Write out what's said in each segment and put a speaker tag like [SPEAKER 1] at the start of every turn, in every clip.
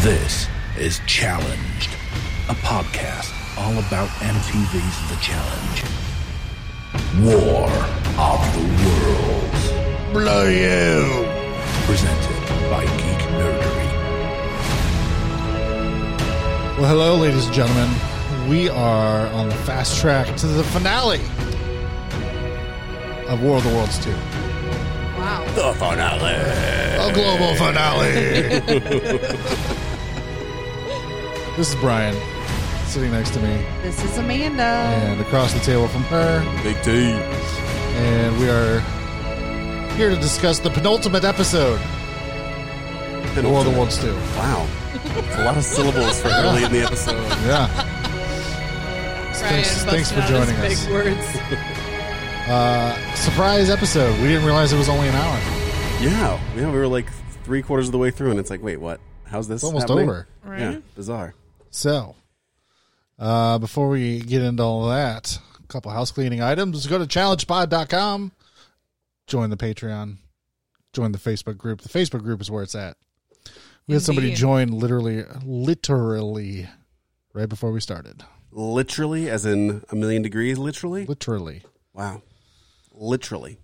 [SPEAKER 1] This is Challenged, a podcast all about MTV's The Challenge. War of the Worlds. Blow you! Presented by Geek Nerdery.
[SPEAKER 2] Well, hello, ladies and gentlemen. We are on the fast track to the finale of War of the Worlds 2.
[SPEAKER 3] Wow.
[SPEAKER 1] The finale!
[SPEAKER 2] A global finale. this is Brian sitting next to me
[SPEAKER 3] This is Amanda.
[SPEAKER 2] and across the table from her.
[SPEAKER 4] Big T.
[SPEAKER 2] And we are here to discuss the penultimate episode of War of the Worlds 2.
[SPEAKER 4] Wow. That's a lot of syllables for early in the episode.
[SPEAKER 2] Yeah. thanks- thanks for joining us.
[SPEAKER 3] Big words.
[SPEAKER 2] Uh, surprise episode. We didn't realize it was only an hour.
[SPEAKER 4] Yeah. Yeah, we were like three quarters of the way through, and it's like, wait, what? How's this?
[SPEAKER 2] It's almost
[SPEAKER 4] happening?
[SPEAKER 2] over.
[SPEAKER 4] Yeah. Bizarre.
[SPEAKER 2] So, uh, before we get into all that, a couple house cleaning items. Go to challengepod.com, join the Patreon, join the Facebook group. The Facebook group is where it's at. We had somebody
[SPEAKER 3] Indeed.
[SPEAKER 2] join literally, literally, right before we started.
[SPEAKER 4] Literally, as in a million degrees, literally?
[SPEAKER 2] Literally.
[SPEAKER 4] Wow. Literally.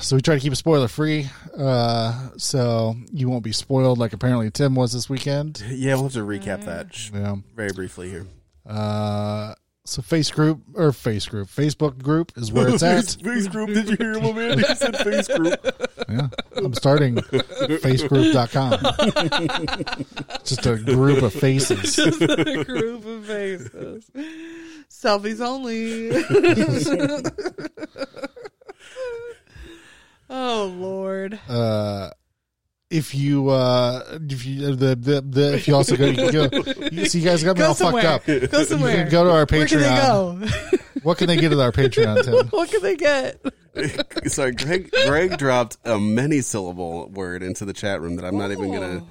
[SPEAKER 2] So we try to keep it spoiler free, uh, so you won't be spoiled like apparently Tim was this weekend.
[SPEAKER 4] Yeah, we'll have to recap that sh-
[SPEAKER 2] Yeah.
[SPEAKER 4] very briefly here.
[SPEAKER 2] Uh, so face group or face group, Facebook group is where it's at.
[SPEAKER 4] Face group, did you hear him, man? He said face group.
[SPEAKER 2] Yeah. I'm starting facegroup.com. Just a group of faces.
[SPEAKER 3] the group of faces. Selfies only. oh Lord.
[SPEAKER 2] Uh, if you uh if you the, the, the if you also go you can go you, so you guys got me
[SPEAKER 3] Go
[SPEAKER 2] all
[SPEAKER 3] somewhere.
[SPEAKER 2] fucked up.
[SPEAKER 3] Go
[SPEAKER 2] You
[SPEAKER 3] somewhere.
[SPEAKER 2] can go to our Patreon.
[SPEAKER 3] Where can they go?
[SPEAKER 2] What can they get at our Patreon, Tim?
[SPEAKER 3] what can they get?
[SPEAKER 4] Sorry, Greg, Greg dropped a many syllable word into the chat room that I'm not even going to.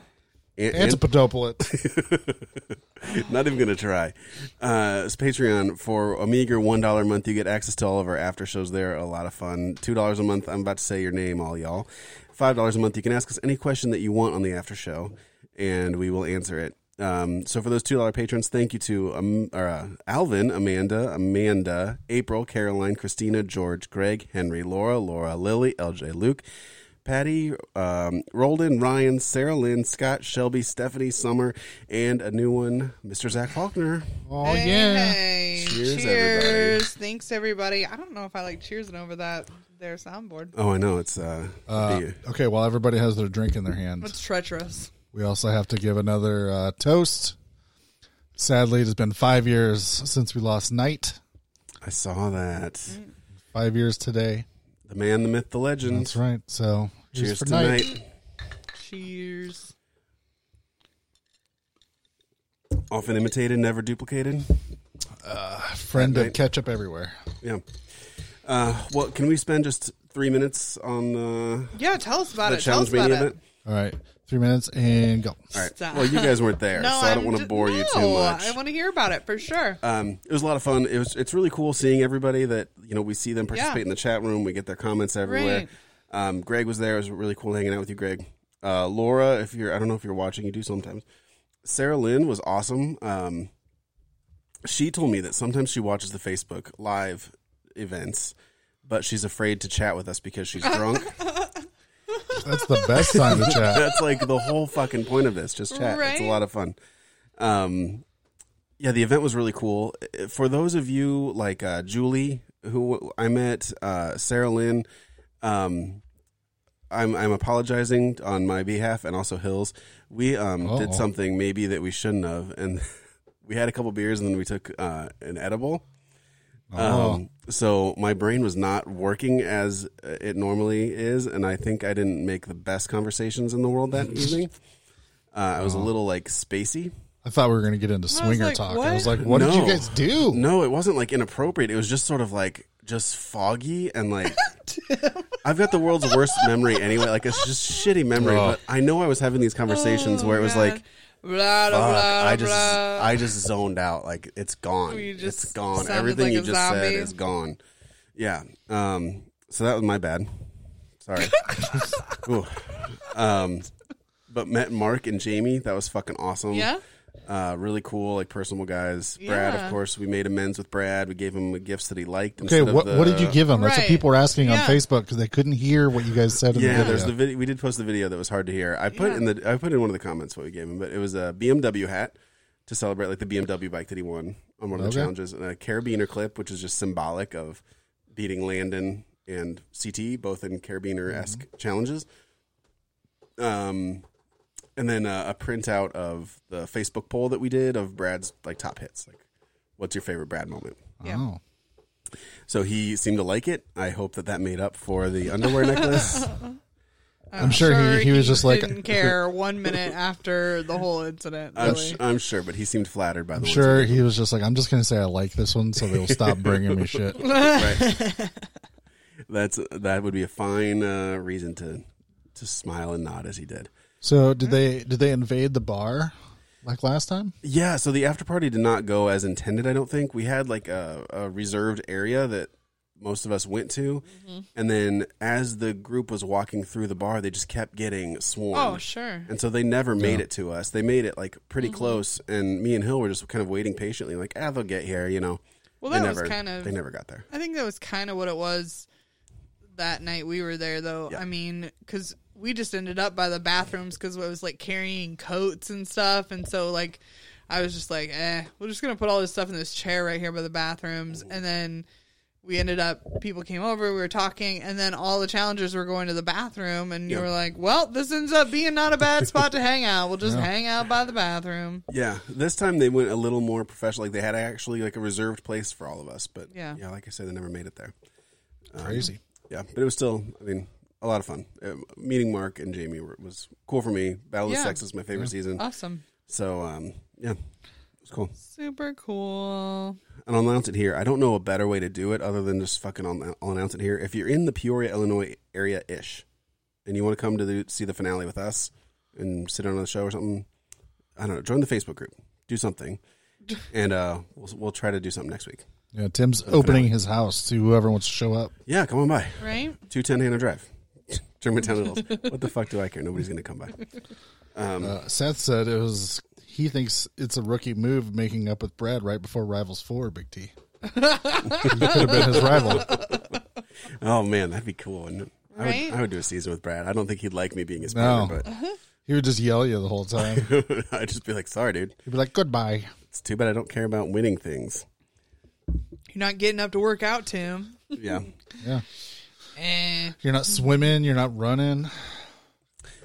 [SPEAKER 2] Antipodopolis.
[SPEAKER 4] Not even gonna try. Uh, it's Patreon for a meager one dollar a month. You get access to all of our after shows there. A lot of fun. Two dollars a month. I'm about to say your name, all y'all. Five dollars a month. You can ask us any question that you want on the after show, and we will answer it. Um, so for those two dollar patrons, thank you to um, or, uh, Alvin, Amanda, Amanda, April, Caroline, Christina, George, Greg, Henry, Laura, Laura, Lily, LJ, Luke. Patty, um, Roldan, Ryan, Sarah Lynn, Scott, Shelby, Stephanie, Summer, and a new one, Mr. Zach Faulkner.
[SPEAKER 2] Oh
[SPEAKER 3] Hey,
[SPEAKER 2] yeah.
[SPEAKER 3] hey.
[SPEAKER 4] Cheers,
[SPEAKER 3] Cheers.
[SPEAKER 4] everybody.
[SPEAKER 3] Thanks everybody. I don't know if I like cheersing over that their soundboard.
[SPEAKER 4] Oh, I know it's uh, the-
[SPEAKER 2] Okay, well everybody has their drink in their hand.
[SPEAKER 3] That's treacherous.
[SPEAKER 2] We also have to give another uh, toast. Sadly, it has been five years since we lost Knight.
[SPEAKER 4] I saw that.
[SPEAKER 2] Five years today.
[SPEAKER 4] The man, the myth, the legend.
[SPEAKER 2] That's right. So here's
[SPEAKER 4] Cheers
[SPEAKER 2] for
[SPEAKER 4] tonight.
[SPEAKER 3] Cheers.
[SPEAKER 4] Often imitated, never duplicated.
[SPEAKER 2] Friend of ketchup everywhere.
[SPEAKER 4] Yeah. Uh, well, can we spend just three minutes on uh,
[SPEAKER 3] Yeah, tell us about
[SPEAKER 4] the
[SPEAKER 3] it. Tell
[SPEAKER 4] challenge
[SPEAKER 3] us about
[SPEAKER 4] meeting
[SPEAKER 3] it.
[SPEAKER 4] event?
[SPEAKER 2] All right, three minutes and go.
[SPEAKER 4] All right.
[SPEAKER 3] Stop.
[SPEAKER 4] Well, you guys weren't there, so I don't
[SPEAKER 3] I'm
[SPEAKER 4] want to
[SPEAKER 3] ju-
[SPEAKER 4] bore you too
[SPEAKER 3] no,
[SPEAKER 4] much.
[SPEAKER 3] I want to hear about it for sure.
[SPEAKER 4] um, it was a lot of fun. It was it's really cool seeing everybody that you know we see them participate
[SPEAKER 3] Yeah.
[SPEAKER 4] in the chat room. We get their comments everywhere.
[SPEAKER 3] Right.
[SPEAKER 4] Um, Greg was there. It was really cool hanging out with you, Greg. Uh, Laura, if you're I don't know if you're watching, you do sometimes. Sarah Lynn was awesome. Um, she told me that sometimes she watches the Facebook live events, but she's afraid to chat with us because she's drunk.
[SPEAKER 2] That's the best time to chat.
[SPEAKER 4] That's like the whole fucking point of this. Just chat. It's a
[SPEAKER 3] Right?
[SPEAKER 4] lot of fun. Um, yeah, the event was really cool. Uh, For those of you like uh, Julie, who I met, uh, Sarah Lynn, um, I'm I'm apologizing on my behalf and also Hills. We um,
[SPEAKER 2] Uh-oh.
[SPEAKER 4] did something maybe that we shouldn't have, and we had a couple beers and then we took uh, an edible. Um, so my brain was not working as uh, it normally is, and I think I didn't make the best conversations in the world that evening. Uh, I was a little like spacey.
[SPEAKER 2] I thought we were going to get into swinger
[SPEAKER 3] like,
[SPEAKER 2] talk. I
[SPEAKER 3] what?
[SPEAKER 2] was like, what did
[SPEAKER 4] No.
[SPEAKER 2] you guys do?
[SPEAKER 4] No, it wasn't like inappropriate. It was just sort of like just foggy and like I've got the world's worst memory anyway. Like it's just shitty memory. But I know I was having these conversations where it was like,
[SPEAKER 3] blah, Oh, blah,
[SPEAKER 4] fuck,
[SPEAKER 3] blah,
[SPEAKER 4] I just
[SPEAKER 3] blah.
[SPEAKER 4] I just zoned out. Like it's gone.
[SPEAKER 3] You just
[SPEAKER 4] it's gone.
[SPEAKER 3] sounded
[SPEAKER 4] Everything
[SPEAKER 3] like
[SPEAKER 4] you
[SPEAKER 3] a
[SPEAKER 4] just said
[SPEAKER 3] zombie.
[SPEAKER 4] is gone. Yeah. Um. So that was my bad. Sorry. Ooh. Um. but met Mark and Jamie. That was fucking awesome.
[SPEAKER 3] Yeah?
[SPEAKER 4] Uh, really cool, like personal guys. Brad, of
[SPEAKER 3] Yeah.
[SPEAKER 4] course, we made amends with Brad. We gave him gifts that he liked.
[SPEAKER 2] Okay,
[SPEAKER 4] instead of
[SPEAKER 2] what,
[SPEAKER 4] the-
[SPEAKER 2] what did you give him? That's what
[SPEAKER 3] Right.
[SPEAKER 2] people were asking on
[SPEAKER 3] Yeah.
[SPEAKER 2] Facebook because they couldn't hear what you guys said in
[SPEAKER 4] Yeah,
[SPEAKER 2] the video.
[SPEAKER 4] there's the video. We did post the video that was hard to hear. I put
[SPEAKER 3] Yeah.
[SPEAKER 4] in the I put in one of the comments what we gave him, but it was a BMW hat to celebrate like the BMW bike that he won on one of
[SPEAKER 2] Okay.
[SPEAKER 4] the challenges, and a carabiner clip, which is just symbolic of beating Landon and CT both in carabiner esque challenges. Um, and then uh, a printout of the Facebook poll that we did of Brad's like top hits, like what's your favorite Brad moment.
[SPEAKER 3] Yeah.
[SPEAKER 2] Oh.
[SPEAKER 4] So he seemed to like it. I hope that that made up for the underwear necklace.
[SPEAKER 2] I'm sure he- he was just like-
[SPEAKER 3] didn't care one minute after the whole incident.
[SPEAKER 4] I'm,
[SPEAKER 3] really.
[SPEAKER 4] sh- I'm sure, but he seemed flattered by the
[SPEAKER 2] I'm
[SPEAKER 4] words
[SPEAKER 2] sure he was just like, I'm just going to say I like this one so they'll stop bringing me shit.
[SPEAKER 4] That's that would be a fine uh, reason to to smile and nod as he did.
[SPEAKER 2] So did they did they invade the bar like last time?
[SPEAKER 4] Yeah, so the after party did not go as intended. I don't think we had like a, a reserved area that most of us went to,
[SPEAKER 3] Mm-hmm.
[SPEAKER 4] and then as the group was walking through the bar, they just kept getting swarmed.
[SPEAKER 3] oh, Mm-hmm. sure.
[SPEAKER 4] And so they never made it to us. They made it like pretty close, and me and Hill were just kind of waiting patiently, like, ah, they'll get here, you know.
[SPEAKER 3] Well,
[SPEAKER 4] they
[SPEAKER 3] that
[SPEAKER 4] never,
[SPEAKER 3] was kind of.
[SPEAKER 4] they never got there.
[SPEAKER 3] I think that was kind of what it was that night we were there, though.
[SPEAKER 4] Yeah.
[SPEAKER 3] I mean, because we just ended up by the bathrooms because it was like carrying coats and stuff. And so, like, I was just like, eh, we're just going to put all this stuff in this chair right here by the bathrooms. And then we ended up, people came over, we were talking, and then all the challengers were going to the bathroom. And you
[SPEAKER 4] Yeah.
[SPEAKER 3] were like, well, this ends up being not a bad spot to hang out. We'll just hang out by the bathroom.
[SPEAKER 4] Yeah, this time they went a little more professional. Like they had actually like a reserved place for all of us, but
[SPEAKER 3] Yeah.
[SPEAKER 4] yeah, like I said, they never made it there. Uh,
[SPEAKER 2] Crazy.
[SPEAKER 4] Yeah, but it was still, I mean, a lot of fun. Uh, meeting Mark and Jamie were, was cool for me. Battle of
[SPEAKER 3] Yeah.
[SPEAKER 4] the Sexes, my favorite season.
[SPEAKER 3] Awesome.
[SPEAKER 4] So um, yeah, it was cool.
[SPEAKER 3] Super cool.
[SPEAKER 4] And I'll announce it here. I don't know a better way to do it other than just fucking I'll, I'll announce it here. If you're in the Peoria, Illinois area ish, and you want to come to the, see the finale with us and sit on the show or something, I don't know. Join the Facebook group. Do something, and uh, we'll we'll try to do something next week.
[SPEAKER 2] Yeah, Tim's opening his house to whoever wants to show up.
[SPEAKER 4] Yeah, come on by.
[SPEAKER 3] Right?
[SPEAKER 4] Two ten Hannah Drive, Germantown Hills. What the fuck do I care? Nobody's gonna come by.
[SPEAKER 2] Uh, Seth said it was he thinks it's a rookie move making up with Brad right before Rivals Four. Big T. you could have been his rival.
[SPEAKER 4] Oh man, that'd be cool. wouldn't it? I would,
[SPEAKER 3] Right?
[SPEAKER 4] I would do a season with Brad. I don't think he'd like me being his
[SPEAKER 2] No.
[SPEAKER 4] partner,
[SPEAKER 2] He would just yell at you the whole time.
[SPEAKER 4] but I'd just be like, "Sorry, dude.
[SPEAKER 2] He'd be like, "Goodbye."
[SPEAKER 4] It's too bad I don't care about winning things."
[SPEAKER 3] You're not getting up to work out, Tim.
[SPEAKER 4] Yeah.
[SPEAKER 2] Yeah,
[SPEAKER 3] Eh.
[SPEAKER 2] you're not swimming. You're not running.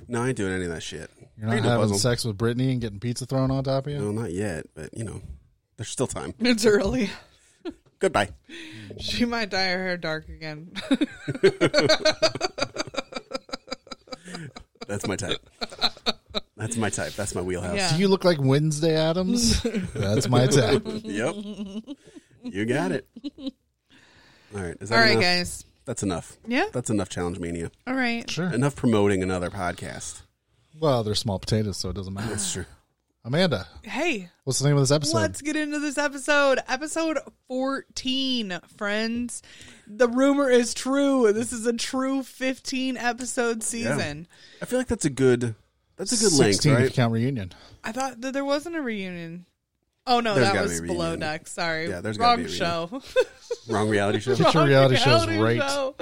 [SPEAKER 4] No, I ain't doing any of that shit.
[SPEAKER 2] You're not
[SPEAKER 4] Reading a
[SPEAKER 2] having
[SPEAKER 4] puzzle.
[SPEAKER 2] sex with Brittany and getting pizza thrown on top of you.
[SPEAKER 4] No, not yet, but you know, there's still time.
[SPEAKER 3] It's early.
[SPEAKER 4] Goodbye.
[SPEAKER 3] She might dye her hair dark again.
[SPEAKER 4] That's my type. That's my type. That's my wheelhouse.
[SPEAKER 3] Yeah.
[SPEAKER 2] Do you look like Wednesday Adams? That's my type.
[SPEAKER 4] Yep. You got it. All right. Is that
[SPEAKER 3] All right,
[SPEAKER 4] enough?
[SPEAKER 3] guys.
[SPEAKER 4] That's enough.
[SPEAKER 3] Yeah.
[SPEAKER 4] That's enough challenge mania.
[SPEAKER 3] All right.
[SPEAKER 2] Sure.
[SPEAKER 4] Enough promoting another podcast.
[SPEAKER 2] Well, they're small potatoes, so it doesn't matter.
[SPEAKER 4] That's true.
[SPEAKER 2] Amanda,
[SPEAKER 3] Hey,
[SPEAKER 2] what's the name of this episode?
[SPEAKER 3] let's get into this episode. Episode 14, friends. The rumor is true. This is a true 15 episode season.
[SPEAKER 4] I feel like that's a good that's a good length,
[SPEAKER 2] 16
[SPEAKER 4] right?
[SPEAKER 2] count reunion.
[SPEAKER 3] I thought that there wasn't a reunion. Oh, no,
[SPEAKER 4] There's
[SPEAKER 3] that
[SPEAKER 4] gotta
[SPEAKER 3] was
[SPEAKER 4] be a
[SPEAKER 3] Below
[SPEAKER 4] reunion.
[SPEAKER 3] Deck. Sorry.
[SPEAKER 4] Yeah, there's gotta
[SPEAKER 3] Wrong
[SPEAKER 4] be a
[SPEAKER 3] show.
[SPEAKER 4] Wrong reality show.
[SPEAKER 2] Get your
[SPEAKER 3] Wrong
[SPEAKER 2] reality shows right.
[SPEAKER 3] show.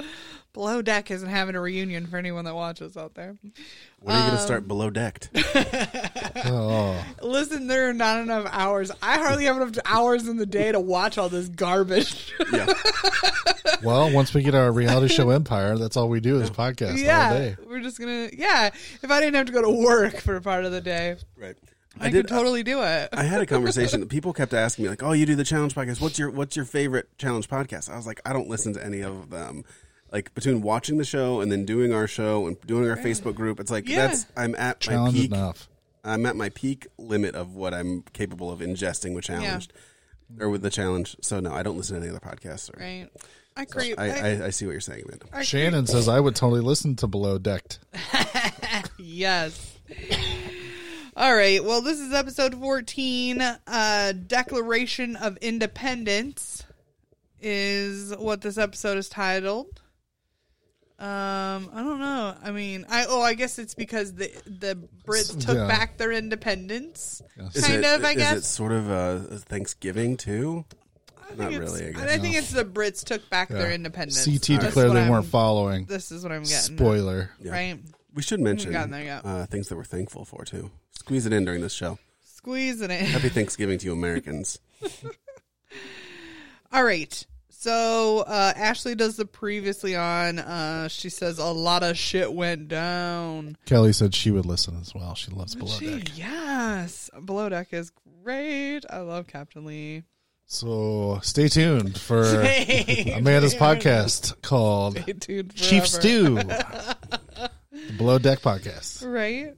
[SPEAKER 3] Below Deck isn't having a reunion for anyone that watches out there.
[SPEAKER 4] When are you gonna
[SPEAKER 3] Um,
[SPEAKER 4] start below decked?
[SPEAKER 2] Oh,
[SPEAKER 3] Listen, there are not enough hours. I hardly have enough hours in the day to watch all this garbage.
[SPEAKER 4] Yeah.
[SPEAKER 2] well, once we get our reality show empire, that's all we do is podcast all
[SPEAKER 3] yeah,
[SPEAKER 2] day.
[SPEAKER 3] we're just gonna. Yeah, if I didn't have to go to work for part of the day,
[SPEAKER 4] Right.
[SPEAKER 3] I,
[SPEAKER 4] did
[SPEAKER 3] could totally do it.
[SPEAKER 4] I had a conversation. People kept asking me, like, "Oh, you do the challenge podcast. What's your What's your favorite challenge podcast?" I was like, "I don't listen to any of them." Like between watching the show and then doing our show and doing our Facebook group, it's like
[SPEAKER 3] Yeah.
[SPEAKER 4] that's I'm at my
[SPEAKER 2] Challenge
[SPEAKER 4] peak.
[SPEAKER 2] enough.
[SPEAKER 4] I'm at my peak limit of what I'm capable of ingesting with challenged or with the challenge. So no, I don't listen to any other podcasts. Or,
[SPEAKER 3] right? I creep.
[SPEAKER 4] I,
[SPEAKER 3] I,
[SPEAKER 4] I, I see what you're saying, Amanda.
[SPEAKER 3] I
[SPEAKER 2] Shannon says I would totally listen to Below Decked.
[SPEAKER 3] Yes. All right. Well, this is episode 14. Uh, Declaration of Independence is what this episode is titled. Um, I don't know. I mean, I oh, I guess it's because the the Brits took
[SPEAKER 2] Yeah.
[SPEAKER 3] back their independence,
[SPEAKER 4] Is
[SPEAKER 3] kind
[SPEAKER 4] it-
[SPEAKER 3] of. I
[SPEAKER 4] is
[SPEAKER 3] guess
[SPEAKER 4] it sort of a Thanksgiving too?
[SPEAKER 3] I think
[SPEAKER 4] Not
[SPEAKER 3] it's-
[SPEAKER 4] really, I guess.
[SPEAKER 3] think it's the Brits took back their independence.
[SPEAKER 2] CT
[SPEAKER 3] That's
[SPEAKER 2] declared
[SPEAKER 3] what
[SPEAKER 2] they
[SPEAKER 3] I'm-
[SPEAKER 2] weren't following.
[SPEAKER 3] This is what I'm getting. at,
[SPEAKER 2] Spoiler.
[SPEAKER 3] Right,
[SPEAKER 4] We should mention
[SPEAKER 3] gotten there yet.
[SPEAKER 4] uh, things that we're thankful for too. Squeeze it in during this show.
[SPEAKER 3] squeezing it.
[SPEAKER 4] Happy Thanksgiving to you Americans.
[SPEAKER 3] All right. So uh, Ashley does the previously on. Uh, she says a lot of shit went down.
[SPEAKER 2] Kelly said she would listen as well. She loves Below
[SPEAKER 3] Gee,
[SPEAKER 2] Deck.
[SPEAKER 3] yes, Below Deck is great. I love Captain Lee.
[SPEAKER 2] So stay tuned for
[SPEAKER 3] Hey,
[SPEAKER 2] Amanda's podcast called
[SPEAKER 3] dude,
[SPEAKER 2] Chief
[SPEAKER 3] forever.
[SPEAKER 2] Stew. the Below Deck podcast.
[SPEAKER 3] Right?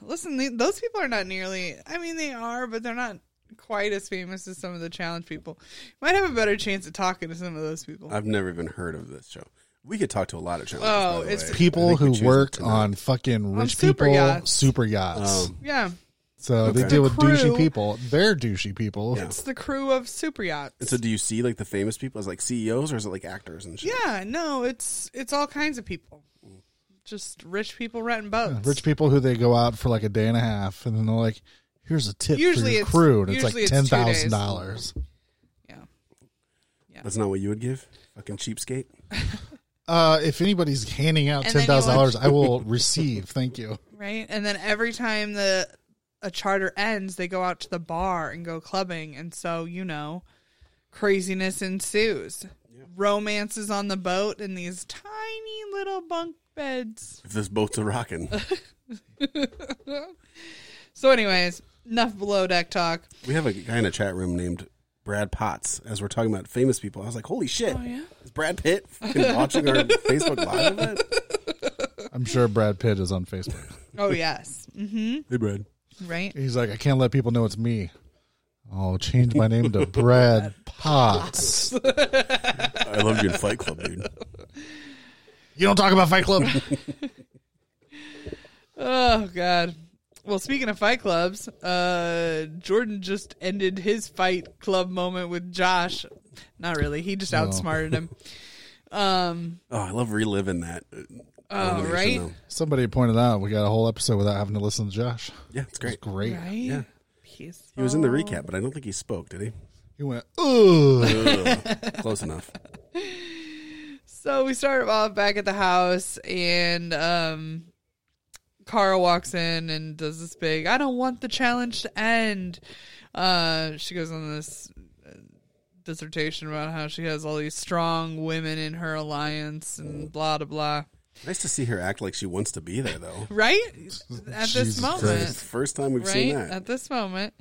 [SPEAKER 3] Listen, the, those people are not nearly. I mean, they are, but they're not quite as famous as some of the challenge people. Might have a better chance of talking to some of those people.
[SPEAKER 4] I've never even heard of this show. We could talk to a lot of challenges.
[SPEAKER 3] Oh,
[SPEAKER 4] by the
[SPEAKER 3] it's-
[SPEAKER 4] way. I
[SPEAKER 2] People
[SPEAKER 4] think we
[SPEAKER 2] who
[SPEAKER 4] choose
[SPEAKER 2] work
[SPEAKER 4] to not.
[SPEAKER 2] on fucking rich
[SPEAKER 3] super
[SPEAKER 2] people,
[SPEAKER 3] yachts.
[SPEAKER 2] super yachts.
[SPEAKER 4] Um,
[SPEAKER 3] yeah,
[SPEAKER 2] so they
[SPEAKER 4] okay.
[SPEAKER 2] deal with
[SPEAKER 3] Crew.
[SPEAKER 2] douchey people. They're douchey people.
[SPEAKER 4] Yeah.
[SPEAKER 3] it's the crew of super yachts.
[SPEAKER 4] so do you see like the famous people as like CEOs or is it like actors and shit?
[SPEAKER 3] Yeah, no, it's it's all kinds of people. Just rich people renting boats.
[SPEAKER 2] Rich people who they go out for like a day and a half, and then they're like, "Here's a tip
[SPEAKER 3] Usually
[SPEAKER 2] for your
[SPEAKER 3] it's-
[SPEAKER 2] crew," and it's like
[SPEAKER 3] usually it's two
[SPEAKER 2] ten
[SPEAKER 3] days.
[SPEAKER 2] thousand dollars.
[SPEAKER 3] yeah.
[SPEAKER 4] That's not what you would give? Fucking cheapskate?
[SPEAKER 2] Uh, if anybody's handing out ten
[SPEAKER 3] And then you
[SPEAKER 2] thousand
[SPEAKER 3] want-
[SPEAKER 2] dollars, I will receive. Thank you.
[SPEAKER 3] Right? And then every time the a charter ends, they go out to the bar and go clubbing and so, you know, craziness ensues. Romances on the boat in these tiny little bunk beds.
[SPEAKER 4] If this boat's a rocking.
[SPEAKER 3] So anyways, enough below deck talk.
[SPEAKER 4] we have a guy in a chat room named Brad Potts as we're talking about famous people. I was like, holy shit.
[SPEAKER 3] Oh,
[SPEAKER 4] Is Brad Pitt fucking watching our Facebook live event?
[SPEAKER 2] I'm sure Brad Pitt is on Facebook.
[SPEAKER 3] Oh yes.
[SPEAKER 4] Hey, Brad.
[SPEAKER 3] Right?
[SPEAKER 2] He's like, I can't let people know it's me. I'll change my name to Brad Potts.
[SPEAKER 4] I loved you in Fight Club, dude.
[SPEAKER 2] You don't talk about Fight Club.
[SPEAKER 3] Oh God. Well, speaking of fight clubs, uh, Jordan just ended his fight club moment with Josh. Not really. He just outsmarted him. Um.
[SPEAKER 4] Oh, I love reliving that. Oh,
[SPEAKER 3] right?
[SPEAKER 2] Somebody pointed out we got a whole episode without having to listen to Josh.
[SPEAKER 4] Yeah, it's great.
[SPEAKER 2] Great.
[SPEAKER 3] Right.
[SPEAKER 4] Yeah.
[SPEAKER 3] Peace.
[SPEAKER 4] He was in the recap, but I don't think he spoke, did he?
[SPEAKER 2] He went, ooh.
[SPEAKER 4] Close enough.
[SPEAKER 3] So we start off back at the house, and um, Carl walks in and does this big. I don't want the challenge to end. Uh, she goes on this uh, dissertation about how she has all these strong women in her alliance
[SPEAKER 4] Oh.
[SPEAKER 3] and blah blah blah.
[SPEAKER 4] Nice to see her act like she wants to be there, though.
[SPEAKER 3] Right at this
[SPEAKER 2] Jesus
[SPEAKER 3] moment,
[SPEAKER 2] Christ.
[SPEAKER 4] It's the first time we've
[SPEAKER 3] right
[SPEAKER 4] seen that.
[SPEAKER 3] at this moment.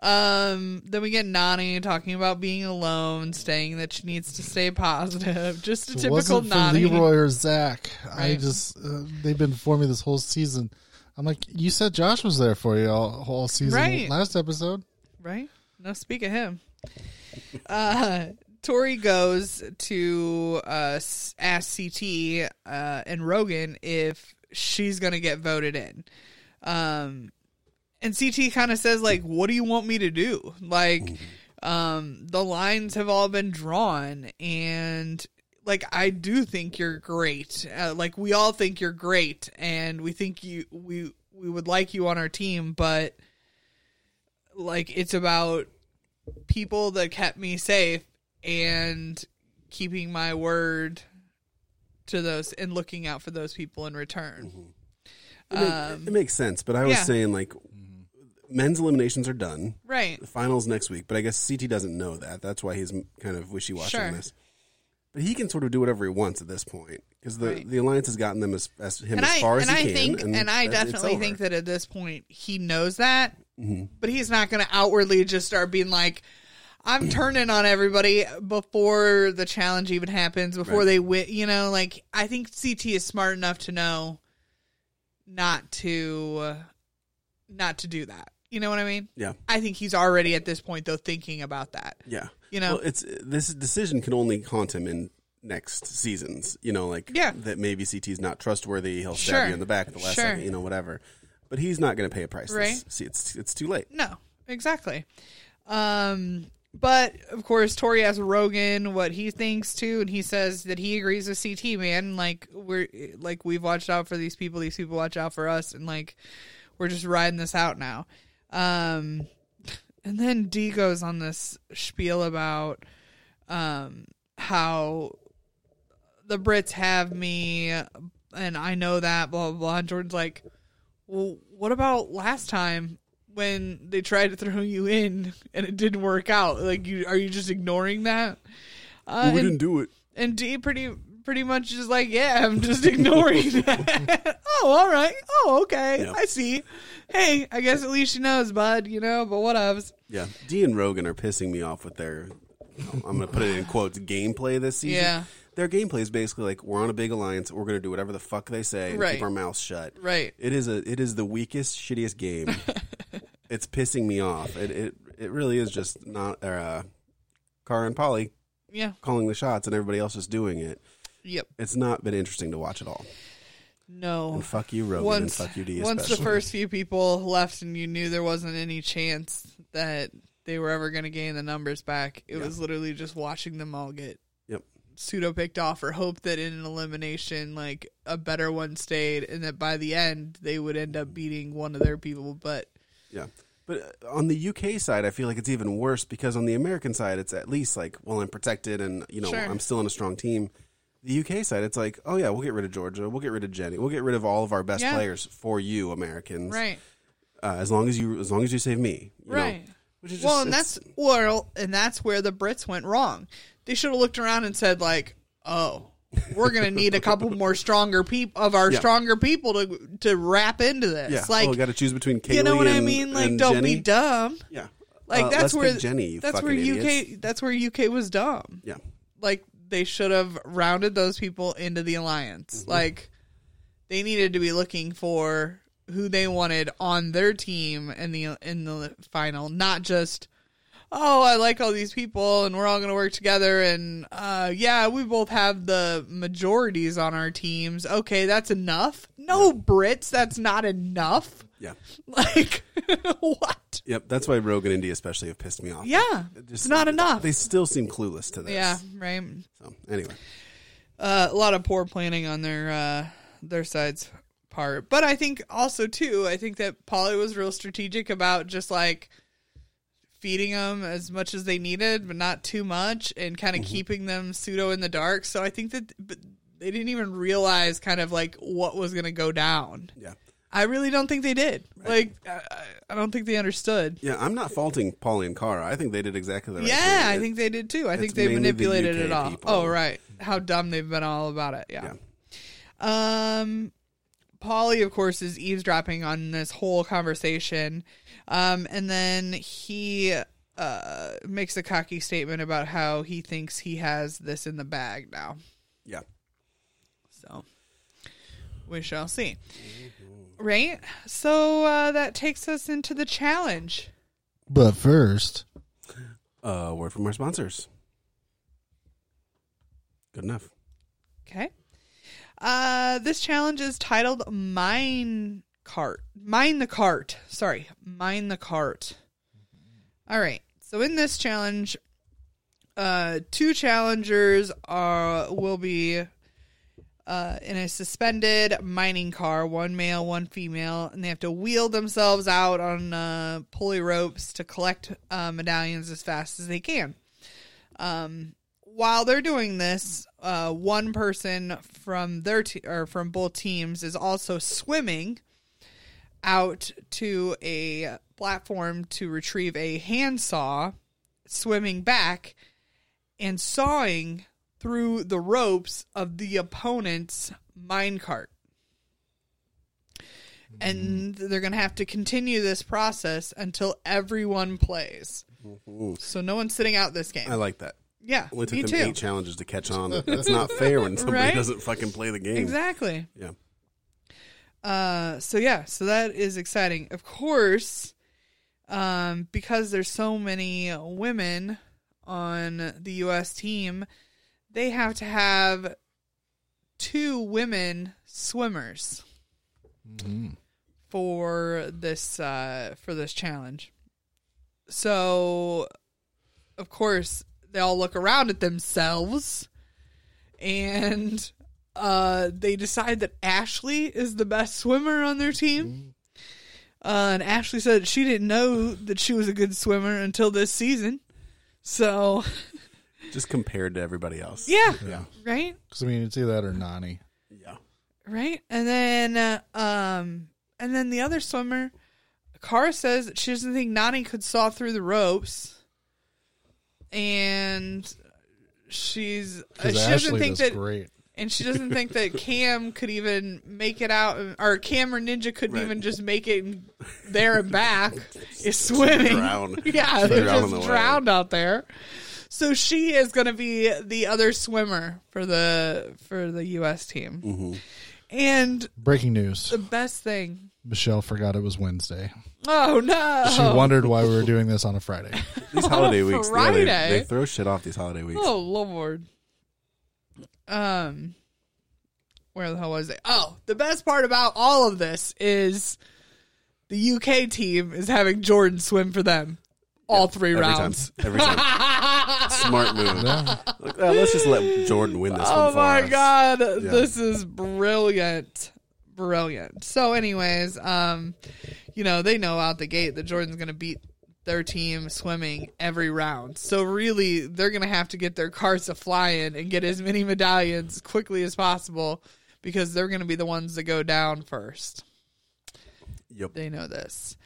[SPEAKER 3] Um, then we get Nani talking about being alone, saying that she needs to stay positive. Just a
[SPEAKER 2] If it
[SPEAKER 3] typical
[SPEAKER 2] wasn't for
[SPEAKER 3] Nani.
[SPEAKER 2] Leroy or Zach. I
[SPEAKER 3] Right.
[SPEAKER 2] just, uh, they've been for me this whole season. I'm like, you said Josh was there for you all whole season
[SPEAKER 3] Right.
[SPEAKER 2] last episode.
[SPEAKER 3] Right? No, speak of him. Uh, Tori goes to uh, s- ask CT uh, and Rogan if she's going to get voted in. Um, and CT kind of says, like, what do you want me to do? Like, um, the lines have all been drawn. And, like, I do think you're great. Uh, like, we all think you're great. And we think you, we, we would like you on our team, but like it's about people that kept me safe and keeping my word to those and looking out for those people in return.
[SPEAKER 4] It, make- it makes sense, but I was
[SPEAKER 3] Uh, um, yeah.
[SPEAKER 4] saying like men's eliminations are done.
[SPEAKER 3] Right.
[SPEAKER 4] The finals next week, but I guess CT doesn't know that. That's why he's m- kind of wishy washy
[SPEAKER 3] Sure.
[SPEAKER 4] on this. But he can sort of do whatever he wants at this point because the,
[SPEAKER 3] Right.
[SPEAKER 4] the alliance has gotten them as, as him
[SPEAKER 3] And
[SPEAKER 4] as
[SPEAKER 3] I
[SPEAKER 4] far as
[SPEAKER 3] and I
[SPEAKER 4] he can.
[SPEAKER 3] think and,
[SPEAKER 4] that-
[SPEAKER 3] I
[SPEAKER 4] it's
[SPEAKER 3] definitely
[SPEAKER 4] over. Mm-hmm.
[SPEAKER 3] think that at this point he knows that, but he's not going to outwardly just start being like I'm turning on everybody before the challenge even happens, before
[SPEAKER 4] Right.
[SPEAKER 3] they win. You know, like I think CT is smart enough to know not to not to do that. You know what I mean?
[SPEAKER 4] yeah,
[SPEAKER 3] I think he's already at this point though thinking about that.
[SPEAKER 4] yeah.
[SPEAKER 3] You know?
[SPEAKER 4] well, it's this decision can only haunt him in next seasons. You know, like
[SPEAKER 3] Yeah.
[SPEAKER 4] that maybe CT's not trustworthy. He'll
[SPEAKER 3] Sure.
[SPEAKER 4] stab you in the back at the last
[SPEAKER 3] Sure.
[SPEAKER 4] second. You know, whatever. But he's not going to pay a price.
[SPEAKER 3] Right.
[SPEAKER 4] See, it's it's too late.
[SPEAKER 3] No, exactly. Um, But of course, Tori asked Rogan what he thinks too, and he says that he agrees with CT. Man, like we're like we've watched out for these people; these people watch out for us, and like we're just riding this out now. Um, and then D goes on this spiel about um how the Brits have me, and I know that. Blah blah. blah. And Jordan's like, well, what about last time when they tried to throw you in and it didn't work out? Like, you are you just ignoring that? Uh,
[SPEAKER 4] we
[SPEAKER 3] and,
[SPEAKER 4] didn't do it.
[SPEAKER 3] and D pretty pretty much is like, yeah, I'm just ignoring that. oh, all right. Oh, okay.
[SPEAKER 4] Yeah.
[SPEAKER 3] I see. Hey, I guess at least she knows, bud. You know, but whatevs.
[SPEAKER 4] Yeah, D and Rogan are pissing me off with their. I'm going to put it in quotes. Gameplay this season.
[SPEAKER 3] Yeah.
[SPEAKER 4] Their gameplay is basically like we're on a big alliance. We're going to do whatever the fuck they say. And
[SPEAKER 3] Right.
[SPEAKER 4] Keep our mouths shut.
[SPEAKER 3] Right.
[SPEAKER 4] It is a. It is the weakest, shittiest game. it's pissing me off. It it, it really is just not. Uh, Car and Polly
[SPEAKER 3] Yeah.
[SPEAKER 4] calling the shots, and everybody else is doing it.
[SPEAKER 3] Yep.
[SPEAKER 4] It's not been interesting to watch at all.
[SPEAKER 3] No.
[SPEAKER 4] And fuck you, Rogan,
[SPEAKER 3] Oh, once,
[SPEAKER 4] and fuck you, D.
[SPEAKER 3] once the
[SPEAKER 4] especially.
[SPEAKER 3] first few people left and you knew there wasn't any chance that they were ever going to gain the numbers back, it was literally just watching them all get
[SPEAKER 4] Yep.
[SPEAKER 3] pseudo picked off or hope that in an elimination, like a better one stayed and that by the end they would end up beating one of their people. But
[SPEAKER 4] Yeah. But uh, on the UK side, I feel like it's even worse because on the American side, it's at least like, well, I'm protected and, you know,
[SPEAKER 3] Sure.
[SPEAKER 4] I'm still in a strong team. The UK side, it's like, oh, yeah, we'll get rid of Georgia. We'll get rid of Jenny. We'll get rid of all of our best
[SPEAKER 3] Yeah.
[SPEAKER 4] players for you, Americans.
[SPEAKER 3] right,
[SPEAKER 4] Uh, as long as you, as long as you save me. you know?
[SPEAKER 3] right.
[SPEAKER 4] Which is just,
[SPEAKER 3] well, and
[SPEAKER 4] it's-
[SPEAKER 3] that's well, and that's where the Brits went wrong. They should have looked around and said like, "Oh, we're going to need a couple more stronger people of our
[SPEAKER 4] Yeah.
[SPEAKER 3] stronger people to to wrap into this."
[SPEAKER 4] yeah.
[SPEAKER 3] Like,
[SPEAKER 4] oh, got to choose between Kaylee
[SPEAKER 3] you know what
[SPEAKER 4] and,
[SPEAKER 3] I mean? Like,
[SPEAKER 4] and
[SPEAKER 3] don't
[SPEAKER 4] Jenny.
[SPEAKER 3] be dumb.
[SPEAKER 4] Yeah.
[SPEAKER 3] Like
[SPEAKER 4] Uh,
[SPEAKER 3] that's
[SPEAKER 4] let's
[SPEAKER 3] where
[SPEAKER 4] pick Jenny. You
[SPEAKER 3] that's
[SPEAKER 4] fucking
[SPEAKER 3] where
[SPEAKER 4] idiots.
[SPEAKER 3] UK that's where UK was dumb.
[SPEAKER 4] Yeah.
[SPEAKER 3] Like they should have rounded those people into the alliance.
[SPEAKER 4] Mm-hmm.
[SPEAKER 3] Like they needed to be looking for who they wanted on their team in the in the final, not just oh, I like all these people and we're all going to work together and uh yeah, we both have the majorities on our teams. Okay, that's enough. No Brits, that's not enough.
[SPEAKER 4] Yeah.
[SPEAKER 3] Like what?
[SPEAKER 4] Yep. That's why Rogan and D especially have pissed me off.
[SPEAKER 3] Yeah. it's
[SPEAKER 4] Just-
[SPEAKER 3] not enough.
[SPEAKER 4] They still seem clueless to this.
[SPEAKER 3] Yeah, right.
[SPEAKER 4] So anyway.
[SPEAKER 3] Uh, a lot of poor planning on their uh, their side's part, but I think also too, I think that Polly was real strategic about just like feeding them as much as they needed, but not too much, and kind of keeping them pseudo in the dark. So I think that but they didn't even realize kind of like what was going to go down.
[SPEAKER 4] Yeah.
[SPEAKER 3] I really don't think they did. Like I, I- I don't think they understood.
[SPEAKER 4] Yeah, I'm not faulting Paulie and Cara. I think they did exactly the right thing.
[SPEAKER 3] Yeah, I
[SPEAKER 4] It-
[SPEAKER 3] think they did too. I think
[SPEAKER 4] it's
[SPEAKER 3] they
[SPEAKER 4] mainly the
[SPEAKER 3] manipulated
[SPEAKER 4] UK
[SPEAKER 3] it all.
[SPEAKER 4] people.
[SPEAKER 3] Oh, right. How dumb they've been all about it. Yeah. Um, Polly, of course, is eavesdropping on this whole conversation. Um, and then he uh, makes a cocky statement about how he thinks he has this in the bag now.
[SPEAKER 4] Yeah.
[SPEAKER 3] So we shall see.
[SPEAKER 4] Mm-hmm.
[SPEAKER 3] Right? So uh, that takes us into the challenge.
[SPEAKER 2] But first,
[SPEAKER 4] Uh, word from our sponsors. Good enough.
[SPEAKER 3] Okay. Uh, this challenge is titled Mine Cart. Mine the Cart. Sorry. Mine the Cart. All right. So in this challenge, uh, two challengers are will be uh, in a suspended mining car, one male, one female, and they have to wheel themselves out on uh, pulley ropes to collect uh, medallions as fast as they can while they're doing this, uh, one person from their te- or from both teams is also swimming out to a platform to retrieve a handsaw, swimming back and sawing through the ropes of the opponent's minecart. And they're going to have to continue this process until everyone plays. So no one's sitting out this game.
[SPEAKER 4] I like that.
[SPEAKER 3] yeah,
[SPEAKER 4] Only took
[SPEAKER 3] me
[SPEAKER 4] them
[SPEAKER 3] too.
[SPEAKER 4] eight challenges to catch on. It's not fair when somebody
[SPEAKER 3] Right?
[SPEAKER 4] doesn't fucking play the game.
[SPEAKER 3] Exactly.
[SPEAKER 4] Yeah.
[SPEAKER 3] Uh, so yeah, so that is exciting. Of course, um, because there's so many women on the U.S. team, they have to have two women swimmers for this uh, for this challenge. So of course, they all look around at themselves and uh, they decide that Ashley is the best swimmer on their
[SPEAKER 2] Mm-hmm.
[SPEAKER 3] team. Uh, and Ashley said she didn't know that she was a good swimmer until this season. So,
[SPEAKER 4] Just compared to everybody else.
[SPEAKER 3] yeah,
[SPEAKER 2] Yeah.
[SPEAKER 3] right?
[SPEAKER 2] Because I mean, it's either that or Nani.
[SPEAKER 4] Yeah.
[SPEAKER 3] Right? And then uh, um and then the other swimmer, Kara says that she doesn't think Nani could saw through the ropes. And she's uh, she
[SPEAKER 2] Because
[SPEAKER 3] doesn't
[SPEAKER 2] Ashley
[SPEAKER 3] think
[SPEAKER 2] does
[SPEAKER 3] that
[SPEAKER 2] great.
[SPEAKER 3] and she doesn't think that Cam could even make it out or Cam or Ninja couldn't
[SPEAKER 4] Right.
[SPEAKER 3] even just make it there and back is swimming.
[SPEAKER 4] drown.
[SPEAKER 3] Yeah, they're
[SPEAKER 4] Drown in
[SPEAKER 3] just
[SPEAKER 4] the
[SPEAKER 3] drowned out there. So she is going to be the other swimmer for the for the US team.
[SPEAKER 4] Mm-hmm.
[SPEAKER 3] And
[SPEAKER 2] Breaking news:
[SPEAKER 3] the best thing.
[SPEAKER 2] Michelle forgot it was Wednesday.
[SPEAKER 3] Oh no!
[SPEAKER 2] She wondered why we were doing this on a Friday.
[SPEAKER 4] These holiday weeks, yeah, they,
[SPEAKER 3] Friday.
[SPEAKER 4] they throw shit off these holiday weeks.
[SPEAKER 3] Oh lord. Um, where the hell was it? Oh, the best part about all of this is the UK team is having Jordan swim for them all three
[SPEAKER 4] every
[SPEAKER 3] rounds.
[SPEAKER 4] time. Every time. Smart move. Like, "Oh, let's just let Jordan win this one.
[SPEAKER 3] Oh
[SPEAKER 4] for
[SPEAKER 3] my
[SPEAKER 4] us."
[SPEAKER 3] god, this is brilliant. Brilliant. So anyways, um you know, they know out the gate that Jordan's going to beat their team swimming every round. So really, they're going to have to get their cars to fly in and get as many medallions quickly as possible because they're going to be the ones that go down first.
[SPEAKER 4] Yep.
[SPEAKER 3] They know this.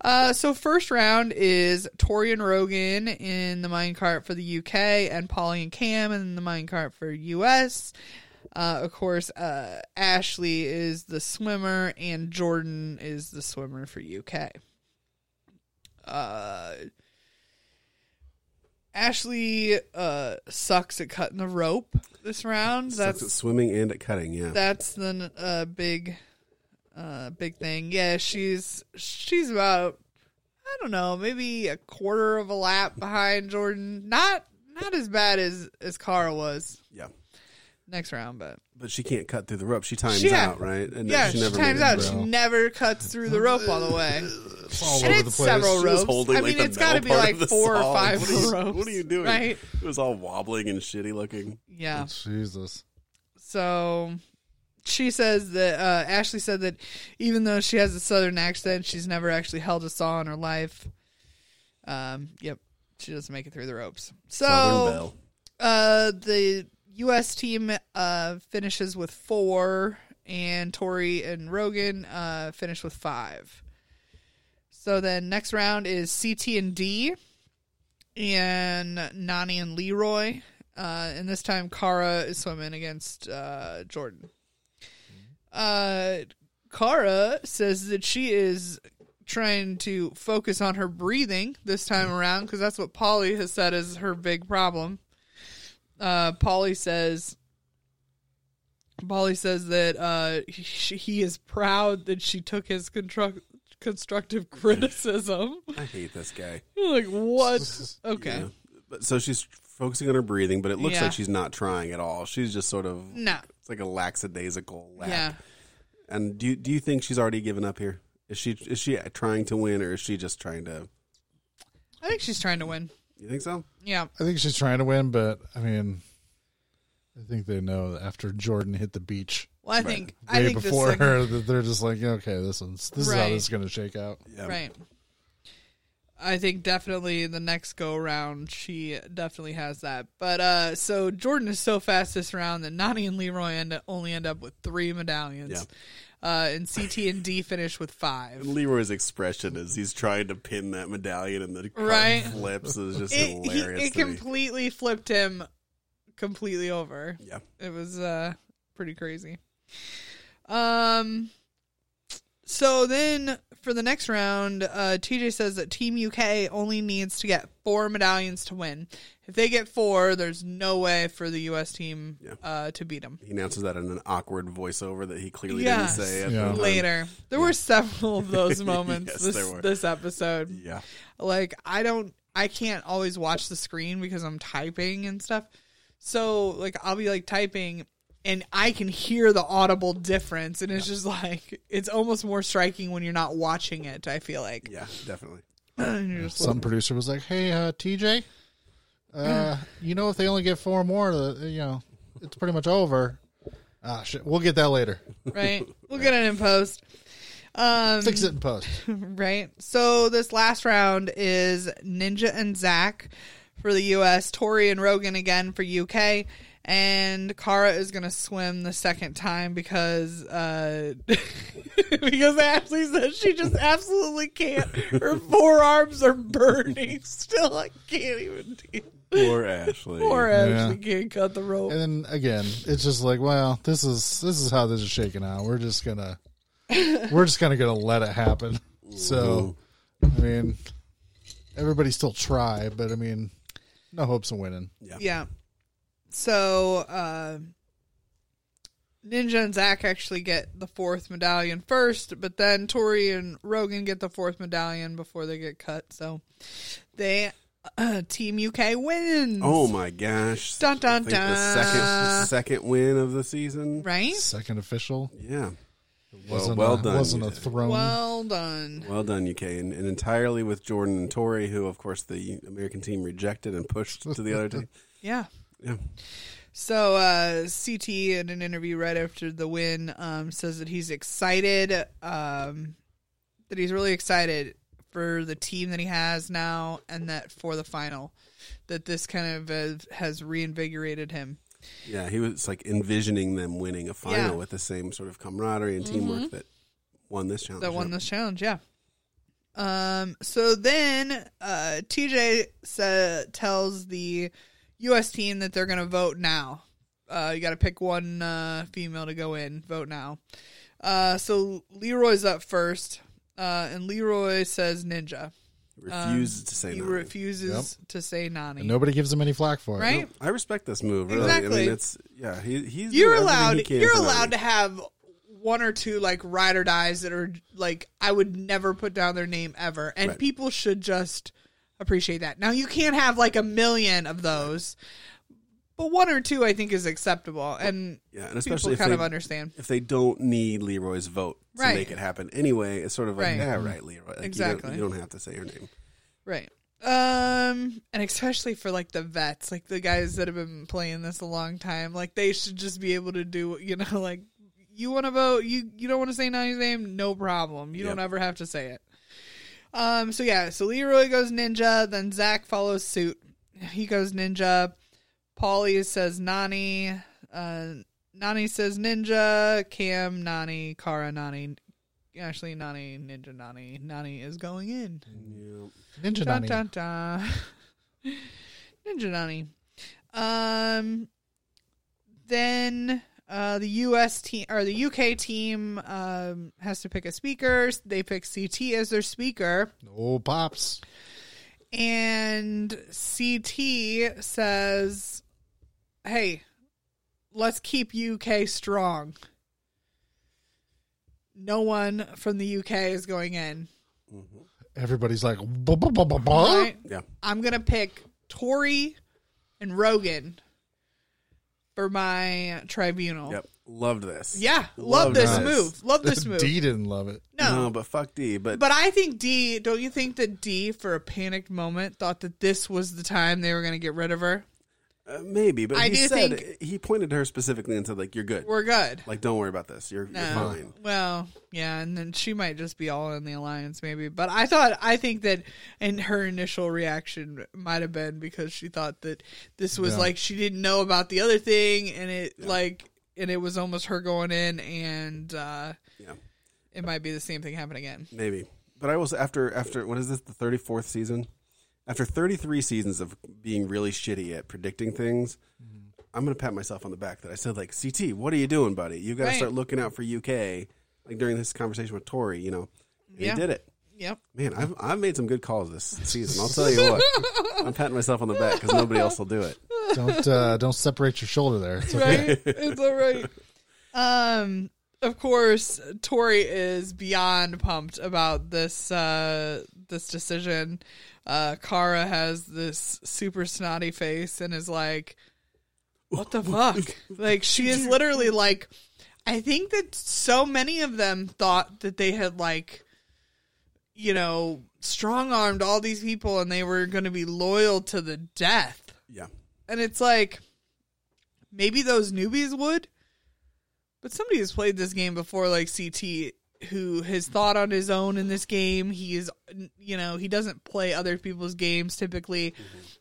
[SPEAKER 3] Uh, so first round is Tori and Rogan in the minecart for the UK, and Polly and Cam in the minecart for US. Uh, of course, uh, Ashley is the swimmer, and Jordan is the swimmer for UK. Uh, Ashley uh, sucks at cutting the rope this round.
[SPEAKER 4] That's
[SPEAKER 3] That's
[SPEAKER 4] swimming and at cutting. Yeah.
[SPEAKER 3] that's the uh, big uh, big thing. Yeah, she's she's about I don't know, maybe a quarter of a lap behind Jordan. Not not as bad as as Cara was
[SPEAKER 4] yeah.
[SPEAKER 3] next round, but
[SPEAKER 4] But she can't cut through the rope. She times
[SPEAKER 3] Yeah.
[SPEAKER 4] out, right? And
[SPEAKER 3] yeah, she,
[SPEAKER 4] made
[SPEAKER 3] times
[SPEAKER 4] it.
[SPEAKER 3] out. She
[SPEAKER 2] bro.
[SPEAKER 3] never cuts through the rope all the way,
[SPEAKER 2] all
[SPEAKER 3] and
[SPEAKER 2] over the
[SPEAKER 3] it's
[SPEAKER 2] place.
[SPEAKER 3] several
[SPEAKER 4] She was
[SPEAKER 3] ropes.
[SPEAKER 4] holding,
[SPEAKER 3] I
[SPEAKER 4] like,
[SPEAKER 3] mean,
[SPEAKER 4] the
[SPEAKER 3] it's got to
[SPEAKER 4] metal
[SPEAKER 3] be
[SPEAKER 4] part
[SPEAKER 3] like
[SPEAKER 4] of the
[SPEAKER 3] four
[SPEAKER 4] song.
[SPEAKER 3] or five
[SPEAKER 4] what are you,
[SPEAKER 3] ropes.
[SPEAKER 4] What are you doing?
[SPEAKER 3] Right?
[SPEAKER 4] It was all wobbling and shitty looking.
[SPEAKER 3] Yeah.
[SPEAKER 2] Jesus.
[SPEAKER 3] So she says that uh, Ashley said that even though she has a southern accent, she's never actually held a saw in her life. Um, yep, she doesn't make it through the ropes.
[SPEAKER 4] Southern
[SPEAKER 3] So
[SPEAKER 4] Belle.
[SPEAKER 3] uh, the U.S. team uh, finishes with four, and Tori and Rogan uh, finish with five. So then next round is CT and D, and Nani and Leroy. Uh, and this time, Kara is swimming against uh, Jordan. Uh, Kara says that she is trying to focus on her breathing this time around because that's what Polly has said is her big problem. Uh, Polly says. Polly says that uh, he, he is proud that she took his construct, constructive criticism.
[SPEAKER 4] I hate this guy.
[SPEAKER 3] You're like, what? Okay.
[SPEAKER 4] Yeah. But so she's focusing on her breathing, but it looks
[SPEAKER 3] Yeah.
[SPEAKER 4] like she's not trying at all. She's just sort of
[SPEAKER 3] No.
[SPEAKER 4] it's like a lackadaisical lap.
[SPEAKER 3] Yeah.
[SPEAKER 4] And do you- do you think she's already given up here? Is she is she trying to win or is she just trying to?
[SPEAKER 3] I think she's trying to win.
[SPEAKER 4] You think so?
[SPEAKER 3] Yeah.
[SPEAKER 2] I think she's trying to win, but I mean, I think they know that after Jordan hit the beach
[SPEAKER 3] Well, I think I
[SPEAKER 2] way
[SPEAKER 3] think
[SPEAKER 2] before
[SPEAKER 3] this
[SPEAKER 2] her that they're just like, okay, this one's this is how
[SPEAKER 3] Right.
[SPEAKER 2] this is going to shake out.
[SPEAKER 4] Yeah.
[SPEAKER 3] right. I think definitely the next go round she definitely has that. But uh so Jordan is so fast this round that Nani and Leroy end up, only end up with three medallions.
[SPEAKER 4] Yeah.
[SPEAKER 3] Uh, and CT and D finish with five.
[SPEAKER 4] Leroy's expression is he's trying to pin that medallion and the card
[SPEAKER 3] Right.
[SPEAKER 4] flips is just
[SPEAKER 3] It, he,
[SPEAKER 4] hilarious.
[SPEAKER 3] it
[SPEAKER 4] to me.
[SPEAKER 3] completely flipped him completely over.
[SPEAKER 4] yeah.
[SPEAKER 3] it was uh pretty crazy. Um so then for the next round, uh TJ says that Team UK only needs to get four medallions to win. If they get four, there's no way for the US team
[SPEAKER 4] Yeah.
[SPEAKER 3] uh to beat them.
[SPEAKER 4] He announces that in an awkward voiceover that he clearly
[SPEAKER 3] Yes.
[SPEAKER 4] didn't say. at
[SPEAKER 2] Yeah.
[SPEAKER 4] the time.
[SPEAKER 3] Later. There were several of those moments
[SPEAKER 4] Yes,
[SPEAKER 3] this
[SPEAKER 4] there were.
[SPEAKER 3] this episode.
[SPEAKER 4] Yeah.
[SPEAKER 3] like i don't i can't always watch the screen because i'm typing and stuff so like i'll be like typing and i can hear the audible difference and it's just like it's almost more striking when you're not watching it i feel like
[SPEAKER 4] Yeah, definitely.
[SPEAKER 3] And you're just like,
[SPEAKER 2] Some producer was like, "Hey, uh, TJ, uh, you know, if they only get four more, the, uh, you know, it's pretty much over. Ah, shit. We'll get that later.
[SPEAKER 3] right? We'll get it in post. Um,
[SPEAKER 2] Fix it in post.
[SPEAKER 3] right? So this last round is Ninja and Zach for the US, Tori and Rogan again for UK, and Kara is gonna swim the second time because uh because Ashley says she just absolutely can't. Her forearms are burning still. I can't even deal.
[SPEAKER 4] Poor Ashley.
[SPEAKER 3] Poor Ashley can't cut the rope.
[SPEAKER 2] And then again, it's just like, well, this is this is how this is shaking out. We're just gonna we're just kind of gonna let it happen. So, I mean, everybody still try, but I mean, no hopes of winning.
[SPEAKER 3] Yeah. So uh, Ninja and Zach actually get the fourth medallion first, but then Tori and Rogan get the fourth medallion before they get cut. So they uh, Team UK wins.
[SPEAKER 4] Oh my gosh!
[SPEAKER 3] Dun, dun,
[SPEAKER 4] I think The
[SPEAKER 3] dun.
[SPEAKER 4] second second win of the season.
[SPEAKER 3] right?
[SPEAKER 2] Second official
[SPEAKER 4] Yeah. Well,
[SPEAKER 2] wasn't
[SPEAKER 4] well
[SPEAKER 2] a,
[SPEAKER 4] done.
[SPEAKER 2] wasn't a
[SPEAKER 4] yeah.
[SPEAKER 2] throne.
[SPEAKER 3] Well done.
[SPEAKER 4] Well done, UK, and, and entirely with Jordan and Tori, who, of course, the American team rejected and pushed to the other team.
[SPEAKER 3] Yeah.
[SPEAKER 4] Yeah,
[SPEAKER 3] So uh, CT, in an interview right after the win, um, says that he's excited, um, that he's really excited for the team that he has now, and that for the final, that this kind of uh, has reinvigorated him.
[SPEAKER 4] yeah, he was like envisioning them winning a final
[SPEAKER 3] Yeah. Mm-hmm.
[SPEAKER 4] with the same sort of camaraderie and teamwork that won this challenge.
[SPEAKER 3] that won this challenge. Yeah. Um. So then, uh, TJ sa- tells the U.S. team that they're going to vote now. Uh, you got to pick one uh, female to go in. Vote now. Uh, so Leroy's up first, uh, and Leroy says Ninja.
[SPEAKER 4] refused to say
[SPEAKER 3] um, He
[SPEAKER 4] no.
[SPEAKER 3] refuses to say Nani.
[SPEAKER 2] And nobody gives him any flack for it.
[SPEAKER 3] Right?
[SPEAKER 4] I respect this move. Really, I
[SPEAKER 3] Exactly.
[SPEAKER 4] mean, it's yeah. He, he's
[SPEAKER 3] You're
[SPEAKER 4] doing everything he
[SPEAKER 3] allowed.
[SPEAKER 4] can
[SPEAKER 3] You're
[SPEAKER 4] for them.
[SPEAKER 3] allowed to have one or two like ride or dies that are like I would never put down their name ever, and
[SPEAKER 4] Right.
[SPEAKER 3] people should just appreciate that. Now you can't have like a million of those, but one or two I think is acceptable, and
[SPEAKER 4] Yeah, and especially
[SPEAKER 3] people
[SPEAKER 4] if
[SPEAKER 3] kind
[SPEAKER 4] they-
[SPEAKER 3] of understand.
[SPEAKER 4] if they don't need Leroy's vote to
[SPEAKER 3] Right.
[SPEAKER 4] make it happen anyway. It's sort of like,
[SPEAKER 3] Right.
[SPEAKER 4] yeah, right, Leroy. Like,
[SPEAKER 3] Exactly.
[SPEAKER 4] You don't, you don't have to say your name.
[SPEAKER 3] Right. Um, and especially for like the vets, like the guys that have been playing this a long time, like they should just be able to do, you know, like you want to vote, you you don't want to say Nani's name, no problem. You don't
[SPEAKER 4] Yep.
[SPEAKER 3] ever have to say it. Um, so yeah, so Leroy goes ninja, then Zach follows suit. He goes ninja. Paulie says Nani. Uh, Nani says ninja. Cam Nani. Kara Nani. Ashley Nani. Ninja Nani. Nani is going in.
[SPEAKER 2] Ninja
[SPEAKER 3] Dun,
[SPEAKER 2] Nani.
[SPEAKER 3] dun, dun. Ninja Nani. Um, then uh, the U.S. team or the U.K. team um, has to pick a speaker. They pick CT as their speaker,
[SPEAKER 2] Oh, pops.
[SPEAKER 3] and CT says, "Hey, let's keep U.K. strong." No one from the UK is going in.
[SPEAKER 2] Everybody's like, "Buh, buh, buh, buh, buh."
[SPEAKER 3] Right?
[SPEAKER 4] Yeah,
[SPEAKER 3] I'm gonna pick Tori and Rogan for my tribunal.
[SPEAKER 4] yep. Loved this.
[SPEAKER 3] Yeah, love
[SPEAKER 4] Loved
[SPEAKER 3] this move. Love this move.
[SPEAKER 2] D didn't love it.
[SPEAKER 3] no,
[SPEAKER 4] No, but fuck D. But,
[SPEAKER 3] but I think D. Don't you think that D, for a panicked moment, thought that this was the time they were gonna get rid of her?
[SPEAKER 4] uh, maybe. But
[SPEAKER 3] I
[SPEAKER 4] he
[SPEAKER 3] do
[SPEAKER 4] said
[SPEAKER 3] think-
[SPEAKER 4] he pointed to her specifically and said, like, you're good.
[SPEAKER 3] We're good.
[SPEAKER 4] like, don't worry about this. You're, you're
[SPEAKER 3] No.
[SPEAKER 4] fine.
[SPEAKER 3] Well, yeah, and then she might just be all in the alliance, maybe. But I thought, I think that, and her initial reaction might have been because she thought that this was
[SPEAKER 2] Yeah.
[SPEAKER 3] like she didn't know about the other thing, and it like, and it was almost her going in, and uh
[SPEAKER 4] Yeah,
[SPEAKER 3] it might be the same thing happen again.
[SPEAKER 4] maybe. But I was after after what is this the thirty fourth season? After thirty three seasons of being really shitty at predicting things.
[SPEAKER 3] Mm-hmm.
[SPEAKER 4] I'm gonna pat myself on the back that I said like CT, what are you doing, buddy? You got to
[SPEAKER 3] Right.
[SPEAKER 4] start looking out for UK. Like during this conversation with Tori, you know, and
[SPEAKER 3] Yeah.
[SPEAKER 4] he did it.
[SPEAKER 3] Yep.
[SPEAKER 4] Man, I've, I've made some good calls this season. I'll tell you what. I'm patting myself on the back because nobody else will do it.
[SPEAKER 2] Don't uh, don't separate your shoulder there. It's okay.
[SPEAKER 3] right? It's all right. Um, of course, Tori is beyond pumped about this uh, this decision. Uh, Kara has this super snotty face and is like, "What the fuck?" like she is literally like, I think that so many of them thought that they had like, you know, strong armed all these people and they were going to be loyal to the death.
[SPEAKER 4] Yeah.
[SPEAKER 3] And it's like maybe those newbies would, but somebody who's played this game before, like CT, who has thought on his own in this game. He is, you know, he doesn't play other people's games typically.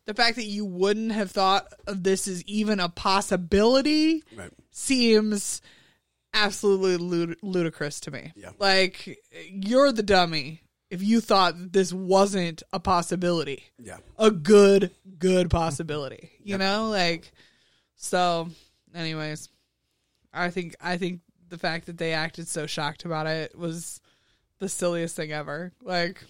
[SPEAKER 3] The fact that you wouldn't have thought of this is even a possibility
[SPEAKER 4] Right.
[SPEAKER 3] seems absolutely lud- ludicrous to me.
[SPEAKER 4] Yeah.
[SPEAKER 3] Like you're the dummy if you thought that this wasn't a possibility
[SPEAKER 4] Yeah.
[SPEAKER 3] a good good possibility you know like so anyways i think i think the fact that they acted so shocked about it was the silliest thing ever like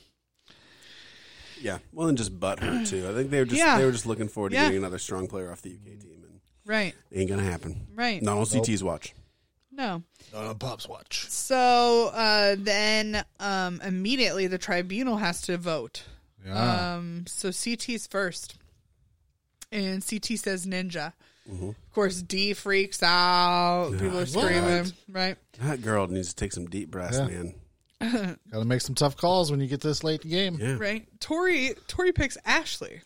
[SPEAKER 4] Yeah. Well, and just butt hurt too. I think they were just
[SPEAKER 3] Yeah.
[SPEAKER 4] they were just looking forward to
[SPEAKER 3] Yeah.
[SPEAKER 4] getting another strong player off the UK team, and
[SPEAKER 3] right
[SPEAKER 4] it ain't gonna happen.
[SPEAKER 3] right
[SPEAKER 4] Not on CT's watch.
[SPEAKER 3] no
[SPEAKER 2] Not on Pop's watch.
[SPEAKER 3] so uh then um immediately the tribunal has to vote
[SPEAKER 2] Yeah.
[SPEAKER 3] Um, so CT's first, and CT says ninja. Of course, D freaks out. People are screaming, right?
[SPEAKER 4] That girl needs to take some deep breaths,
[SPEAKER 2] Yeah.
[SPEAKER 4] man.
[SPEAKER 2] Got to make some tough calls when you get this late in the game.
[SPEAKER 4] Yeah.
[SPEAKER 3] Right. Tori Tori picks Ashley.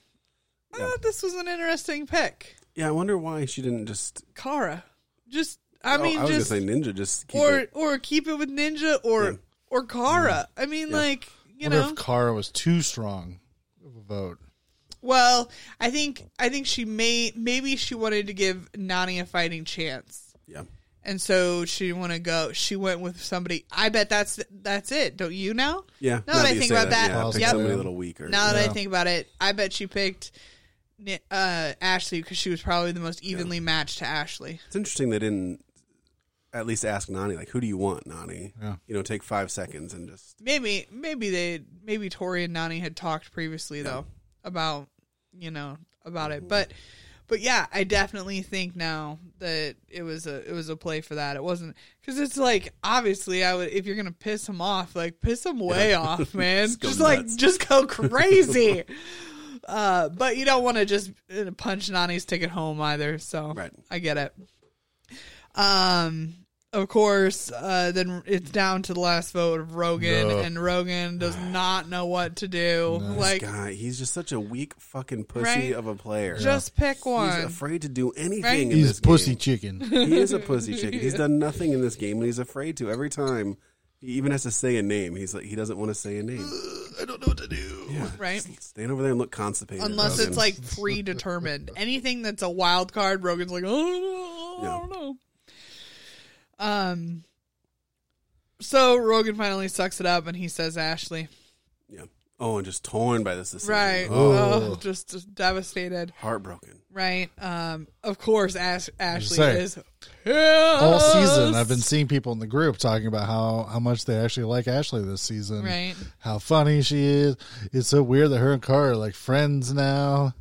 [SPEAKER 3] I
[SPEAKER 4] Yeah.
[SPEAKER 3] thought this was an interesting pick.
[SPEAKER 4] Yeah. I wonder why she didn't just.
[SPEAKER 3] Kara, just I
[SPEAKER 4] Oh,
[SPEAKER 3] mean,
[SPEAKER 4] was
[SPEAKER 3] just
[SPEAKER 4] gonna say Ninja. Just keep
[SPEAKER 3] or
[SPEAKER 4] it.
[SPEAKER 3] or keep it with Ninja or
[SPEAKER 4] Yeah. Mm.
[SPEAKER 3] or Kara. I mean,
[SPEAKER 4] Yeah.
[SPEAKER 3] like you
[SPEAKER 2] wonder
[SPEAKER 3] know,
[SPEAKER 2] if Kara was too strong of a vote.
[SPEAKER 3] well, I think I think she may maybe she wanted to give Nani a fighting chance.
[SPEAKER 4] Yeah.
[SPEAKER 3] and so she didn't want to go. She went with somebody. I bet that's that's it. Don't you know?
[SPEAKER 4] Yeah.
[SPEAKER 3] Now that I
[SPEAKER 4] you
[SPEAKER 3] think
[SPEAKER 4] say
[SPEAKER 3] about that,
[SPEAKER 4] yeah, pick
[SPEAKER 2] yep.
[SPEAKER 4] somebody a little weaker.
[SPEAKER 3] Now that
[SPEAKER 2] Yeah.
[SPEAKER 3] I think about it, I bet she picked Ni- uh, Ashley because she was probably the most evenly matched to Ashley.
[SPEAKER 4] It's interesting they didn't at least ask Nani like, "Who do you want, Nani?"
[SPEAKER 2] Yeah.
[SPEAKER 4] You know, take five seconds and just
[SPEAKER 3] Maybe maybe they maybe Tori and Nani had talked previously though about you know about it, but but yeah, I definitely think now that it was a it was a play for that. It wasn't because it's like obviously I would if you're gonna piss him off, like piss him way off, man.
[SPEAKER 4] Just
[SPEAKER 3] just
[SPEAKER 4] go nuts.
[SPEAKER 3] like just go crazy. uh, but you don't want to just uh, punch Nani's ticket home either. So
[SPEAKER 4] Right.
[SPEAKER 3] I get it. Um, of course, uh, then it's down to the last vote of Rogan,
[SPEAKER 2] No.
[SPEAKER 3] and Rogan does not know what to do. Like,
[SPEAKER 4] God, he's just such a weak fucking pussy
[SPEAKER 3] Right?
[SPEAKER 4] of a player.
[SPEAKER 3] just pick
[SPEAKER 4] He's
[SPEAKER 3] one.
[SPEAKER 4] afraid to do anything.
[SPEAKER 3] Right?
[SPEAKER 4] In
[SPEAKER 2] He's
[SPEAKER 4] this
[SPEAKER 2] pussy
[SPEAKER 4] Game.
[SPEAKER 2] chicken.
[SPEAKER 4] He is a pussy chicken. He's done nothing in this game, and he's afraid to every time. He even has to say a name. He's like he doesn't want to say a name.
[SPEAKER 1] I don't know what to do.
[SPEAKER 4] Yeah,
[SPEAKER 3] Right.
[SPEAKER 4] just Stand over there and look constipated.
[SPEAKER 3] Unless
[SPEAKER 4] Rogan.
[SPEAKER 3] it's like predetermined. Anything that's a wild card, Rogan's like, oh, I don't know. Um, so Rogan finally sucks it up and he says, Ashley.
[SPEAKER 4] yeah. Oh, and just torn by this decision.
[SPEAKER 3] Right.
[SPEAKER 4] Oh,
[SPEAKER 3] oh just, just devastated.
[SPEAKER 4] heartbroken.
[SPEAKER 3] Right. Um, of course, Ash- Ashley
[SPEAKER 2] say,
[SPEAKER 3] is
[SPEAKER 2] All season,
[SPEAKER 3] pissed.
[SPEAKER 2] I've been seeing people in the group talking about how, how much they actually like Ashley this season.
[SPEAKER 3] Right.
[SPEAKER 2] How funny she is. It's so weird that her and Kara are like friends now.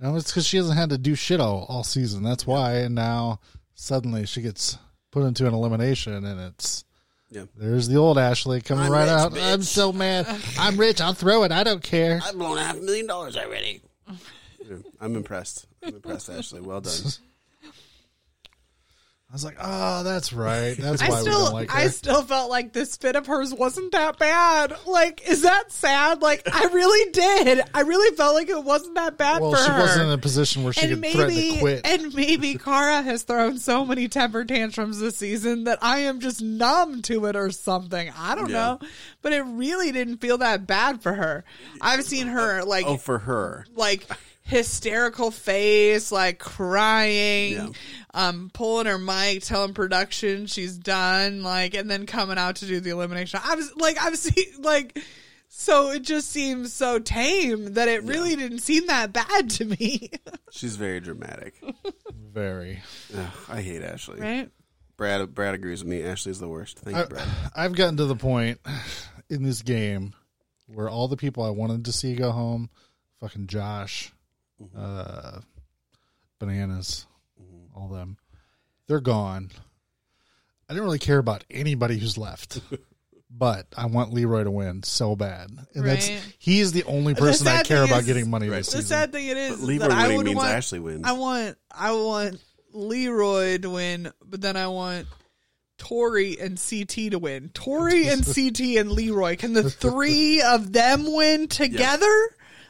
[SPEAKER 2] No, it's because she hasn't had to do shit all, all season. That's why. And now suddenly she gets put into an elimination and it's.
[SPEAKER 4] Yeah.
[SPEAKER 2] There's the old Ashley coming
[SPEAKER 1] I'm
[SPEAKER 2] right
[SPEAKER 1] rich,
[SPEAKER 2] out.
[SPEAKER 1] bitch.
[SPEAKER 2] I'm so mad. I'm rich. I'll throw it. I don't care.
[SPEAKER 1] I've blown half a million dollars already.
[SPEAKER 4] Yeah. I'm impressed. I'm impressed, Ashley. Well done.
[SPEAKER 2] I was like, oh, that's right. That's
[SPEAKER 3] I
[SPEAKER 2] why we
[SPEAKER 3] still,
[SPEAKER 2] don't like her.
[SPEAKER 3] I still felt like this fit of hers wasn't that bad. Like, is that sad? Like, I really did. I really felt like it wasn't that bad
[SPEAKER 2] well,
[SPEAKER 3] for
[SPEAKER 2] she
[SPEAKER 3] her.
[SPEAKER 2] wasn't in a position where she
[SPEAKER 3] and
[SPEAKER 2] could threaten to
[SPEAKER 3] maybe,
[SPEAKER 2] quit.
[SPEAKER 3] and maybe Kara has thrown so many temper tantrums this season that I am just numb to it or something. I don't
[SPEAKER 4] Yeah.
[SPEAKER 3] know, but it really didn't feel that bad for her. I've seen her like
[SPEAKER 4] Oh, for her.
[SPEAKER 3] like hysterical face, like crying,
[SPEAKER 4] Yeah.
[SPEAKER 3] um, pulling her mic, telling production she's done, like, and then coming out to do the elimination. I was like, I've seen like. So it just seems so tame that it really didn't seem that bad to me,
[SPEAKER 4] She's very dramatic.
[SPEAKER 2] Very.
[SPEAKER 4] Ugh, I hate Ashley.
[SPEAKER 3] right?
[SPEAKER 4] Brad Brad agrees with me. Ashley's the worst. Thank you, Brad.
[SPEAKER 2] I've gotten to the point in this game where all the people I wanted to see go home, fucking Josh,
[SPEAKER 4] Mm-hmm.
[SPEAKER 2] uh, bananas, all them, they're gone. I didn't really care about anybody who's left, but I want Leroy to win so bad, and that's
[SPEAKER 3] Right.
[SPEAKER 2] he's the only person I
[SPEAKER 3] sad
[SPEAKER 2] care
[SPEAKER 3] thing
[SPEAKER 2] about
[SPEAKER 3] is-
[SPEAKER 2] getting money
[SPEAKER 4] Right.
[SPEAKER 2] this
[SPEAKER 3] The
[SPEAKER 2] season.
[SPEAKER 3] sad thing it is,
[SPEAKER 4] But
[SPEAKER 3] is
[SPEAKER 4] Leroy
[SPEAKER 3] that I
[SPEAKER 4] winning
[SPEAKER 3] would
[SPEAKER 4] means
[SPEAKER 3] want,
[SPEAKER 4] Ashley wins.
[SPEAKER 3] I want, I want Leroy to win, but then I want Tori and CT to win. Tori and CT and Leroy. Can the three of them win together?